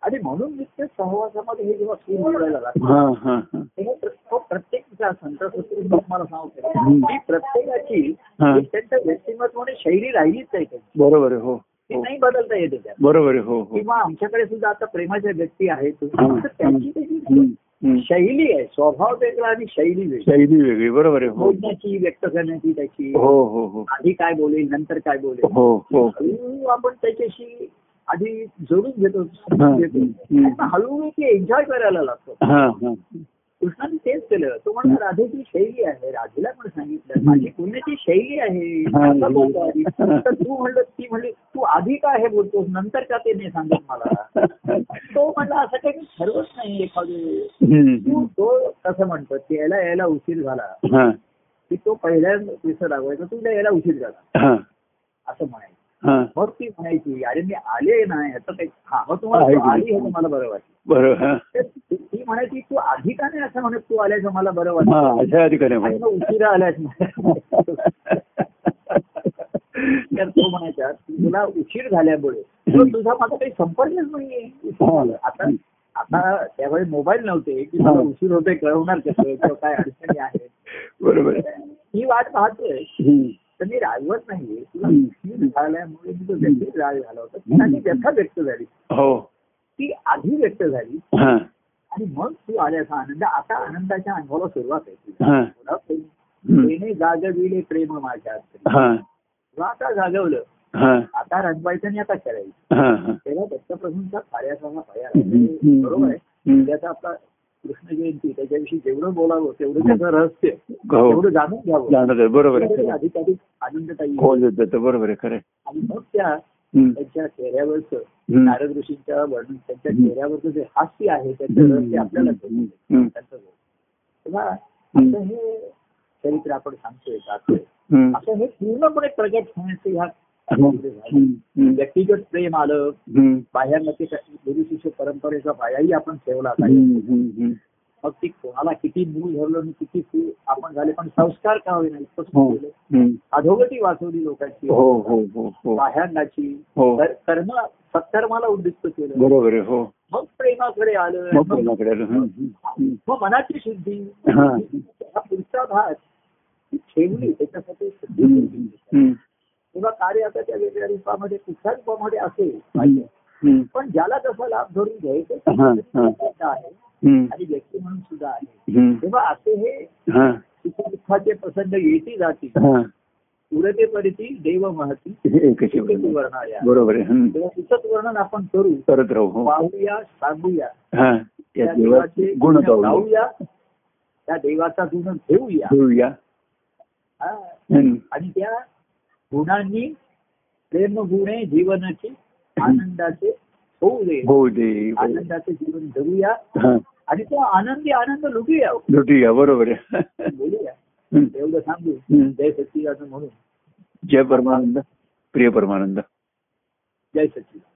आणि म्हणून नित्य सहवासामध्ये हे जेव्हा सुरू बोलायला लागतं
हा हा हा
तेव्हा प्र- तो प्रत्येक विचार संत सत्य मला सांगतो
हम्म.
की प्रत्येकाची
हा.
एक त्यांच्या व्यक्तिमत्व आणि शैली राहिलीच आहे त्यांची
बरोबर आहे हो
ती
हो
नाही बदलता येते त्या
बरोबर आहे हो हो
किंवा आमच्याकडे सुद्धा आता प्रेमाच्या व्यक्ती आहेत
हम्म,
तर त्यांची
हम्म,
त्याची
हम्म.
शैली आहे स्वभाव वेगळा आणि शैली वेगळी
शैली वेगळी बरोबर आहे हो
बोलण्याची व्यक्त करण्याची त्याची
हो हो हो
आधी काय बोलेल नंतर काय बोलेल
हो हो
हळूहळू आपण त्याच्याशी आधी जोडून घेतो
हा,
समजून घेतो
हम्म.
आणि मग हळूहळू ते एन्जॉय करायला लागतो
हा हा
कृष्णाने तेच केलं तो म्हणतो राधेची शैली आहे राधेला पण सांगितलं
हम्म.
माझी पुण्याची शैली आहे
हा.
असं बोलतो आधी. तर तू म्हणलं ती म्हणली तू आधी का हे बोलतोस नंतर का ते नाही सांगत मला तो म्हणला असं काही मी ठरवत नाही एखादे
हम्म.
तू तो कसं म्हणतो त्याला यायला उशीर झाला
हा
की तो पहिल्या दिवसा लागवायचा तुला यायला उशीर झाला
हा
असं म्हणायचं
हा
मग ती म्हणायची अरे मी आले ना ह्याचं काही हा मग तुम्हाला तू आली हे तुम्हाला बरं वाटलं
बरोबर हा
तर ती- ती म्हणायची तू आधी का नाही असं म्हणत तू आल्याचं मला बरं
हा,
वाटलं
अशा
[laughs]
अधिकारी आहे
आणि
बरोबर.
मग उशिरा आल्यास तर तो म्हणायचा तुला उशीर झाल्यामुळे पण तुझा माझा काही संपर्कच नाहीये
हा.
आता आता त्यावेळी मोबाईल नव्हते की मला
हो.
उशीर होतोय कळवणार कसं किंवा
[laughs]
काय अडचणी आहेत
बरोबर आहे.
ही वाट पाहतोय
हम्म.
तर मी रागवत नाहीये तुला
हम्म.
उशीर झाल्यामुळे मी तो व्यक्ती राग झाला होता तिला ती व्यथा व्यक्त झाली
हो
ती आधी व्यक्त झाली
हा
आणि मग तू आल्याचा आनंद आता आनंदाच्या अनुभवाला सुरुवात आहे तुझी.
हा
तुला प्रेम-
हम्म.
प्रेमे जागविले प्रेम माझ्या अंतरी.
हा
तुला आता जागवलं
हा
आता रंगवायचं आणि आता करायचं
हा हा
तेव्हा दत्तप्रभूंचा कार्याचा पाया
हम्म.
बरोबर आहे
हम्म.
त्याचा आपला कृष्ण जयंती त्याच्याविषयी जेवढं बोलावं तेवढं त्याचं रहस्य
हो
तेवढं जाणून घ्यावं
जाणवत आहे. बरोबर आहे हो.
त्याच्यामध्ये
खरं आहे.
अधिकाधिक आनंददायी होईल.
खोल येत जातं. बरोबर आहे खरं आहे.
आणि मग त्या
हम्म.
त्यांच्या चेहऱ्यावरचं
हम्म.
नारद ऋषींच्या वर्णन त्यांच्या
हम्म.
चेहऱ्यावरचं जे हास्य आहे त्यांचं रहस्य आपल्याला
हम्म.
कळतं.
हम्म.
त्यांचं बोल. तेव्हा
हम्म.
असं हे चरित्र आपण सांगतोय जातोय
हम्म. हो.
असं हे पूर्णपणे प्रगट होण्याचं ह्या काळामध्ये झालं.
हम्म. हम्म.
व्यक्तिगत प्रेम आलं
हम्म.
बाह्यांमध्ये गुरु शिष्य परंपरेचा पायाही आपण ठेवला पाहिजे
हम्म. हम्म.
मग ती कोणाला किती मूळ धरलं आणि किती फूल आपण झाले पण संस्कार का होईना इतकं
हो.
सुरू केलं.
हम्म.
अधोगती वाचवली लोकांची
हो हो हो हो
बाह्यांची
हो.
तर- कर्म सत्कर्माला उद्युक्त केलं
बरोबर आहे हो
मग प्रेमाकडे आलं
मग
मग-
कोणाकडे आलो हम्म. हम्म.
मग मनाची शुद्धी
हा.
हा पुढचा भाग ती ठेवली त्याच्यासाठी शुद्धी
हम्म.
ठेवली.
हम्म.
तेव्हा कार्य आता त्या वेगळ्या रूपामध्ये कुठल्या रूपामध्ये असेल
हम्म. हम्म.
पण ज्याला जसा लाभ धरून घ्यायचा
हा, हा.
त्याचा आहे
हम्म.
आणि व्यक्ती म्हणून सुद्धा आहे
हम्म.
तेव्हा असे हे
हा.
सुखदुःखाचे प्रसंग येती जाती
हा.
उरते परिती देव महती
हे एकच
सुखद
एवढं.
वर्णाया
बरोबर आहे हम्म.
तेव्हा सुखद वर्णन आपण करू
करत राहू हो
पाहूया सांगूया
हा या
त्या
देवाचे
देवाचे
गुण गाऊ
गाऊया त्या देवाचा गुण घेऊया
घेऊया
हा.
हम्म.
आणि त्या गुणांनी प्रेम गुणे जीवनाचे आनंदाचे होऊ दे
हो दे बरोबर.
आनंदाचे जीवन जगूया
हा
आणि तो आनंदी आनंद लुटूया
लुटूया बरोबर आहे
बोलूया
हम्म.
एवढं सांगू
हम्म.
जय सच्चिदानंद म्हणून
जय परमानंद प्रिय परमानंद
जय सच्चिदानंद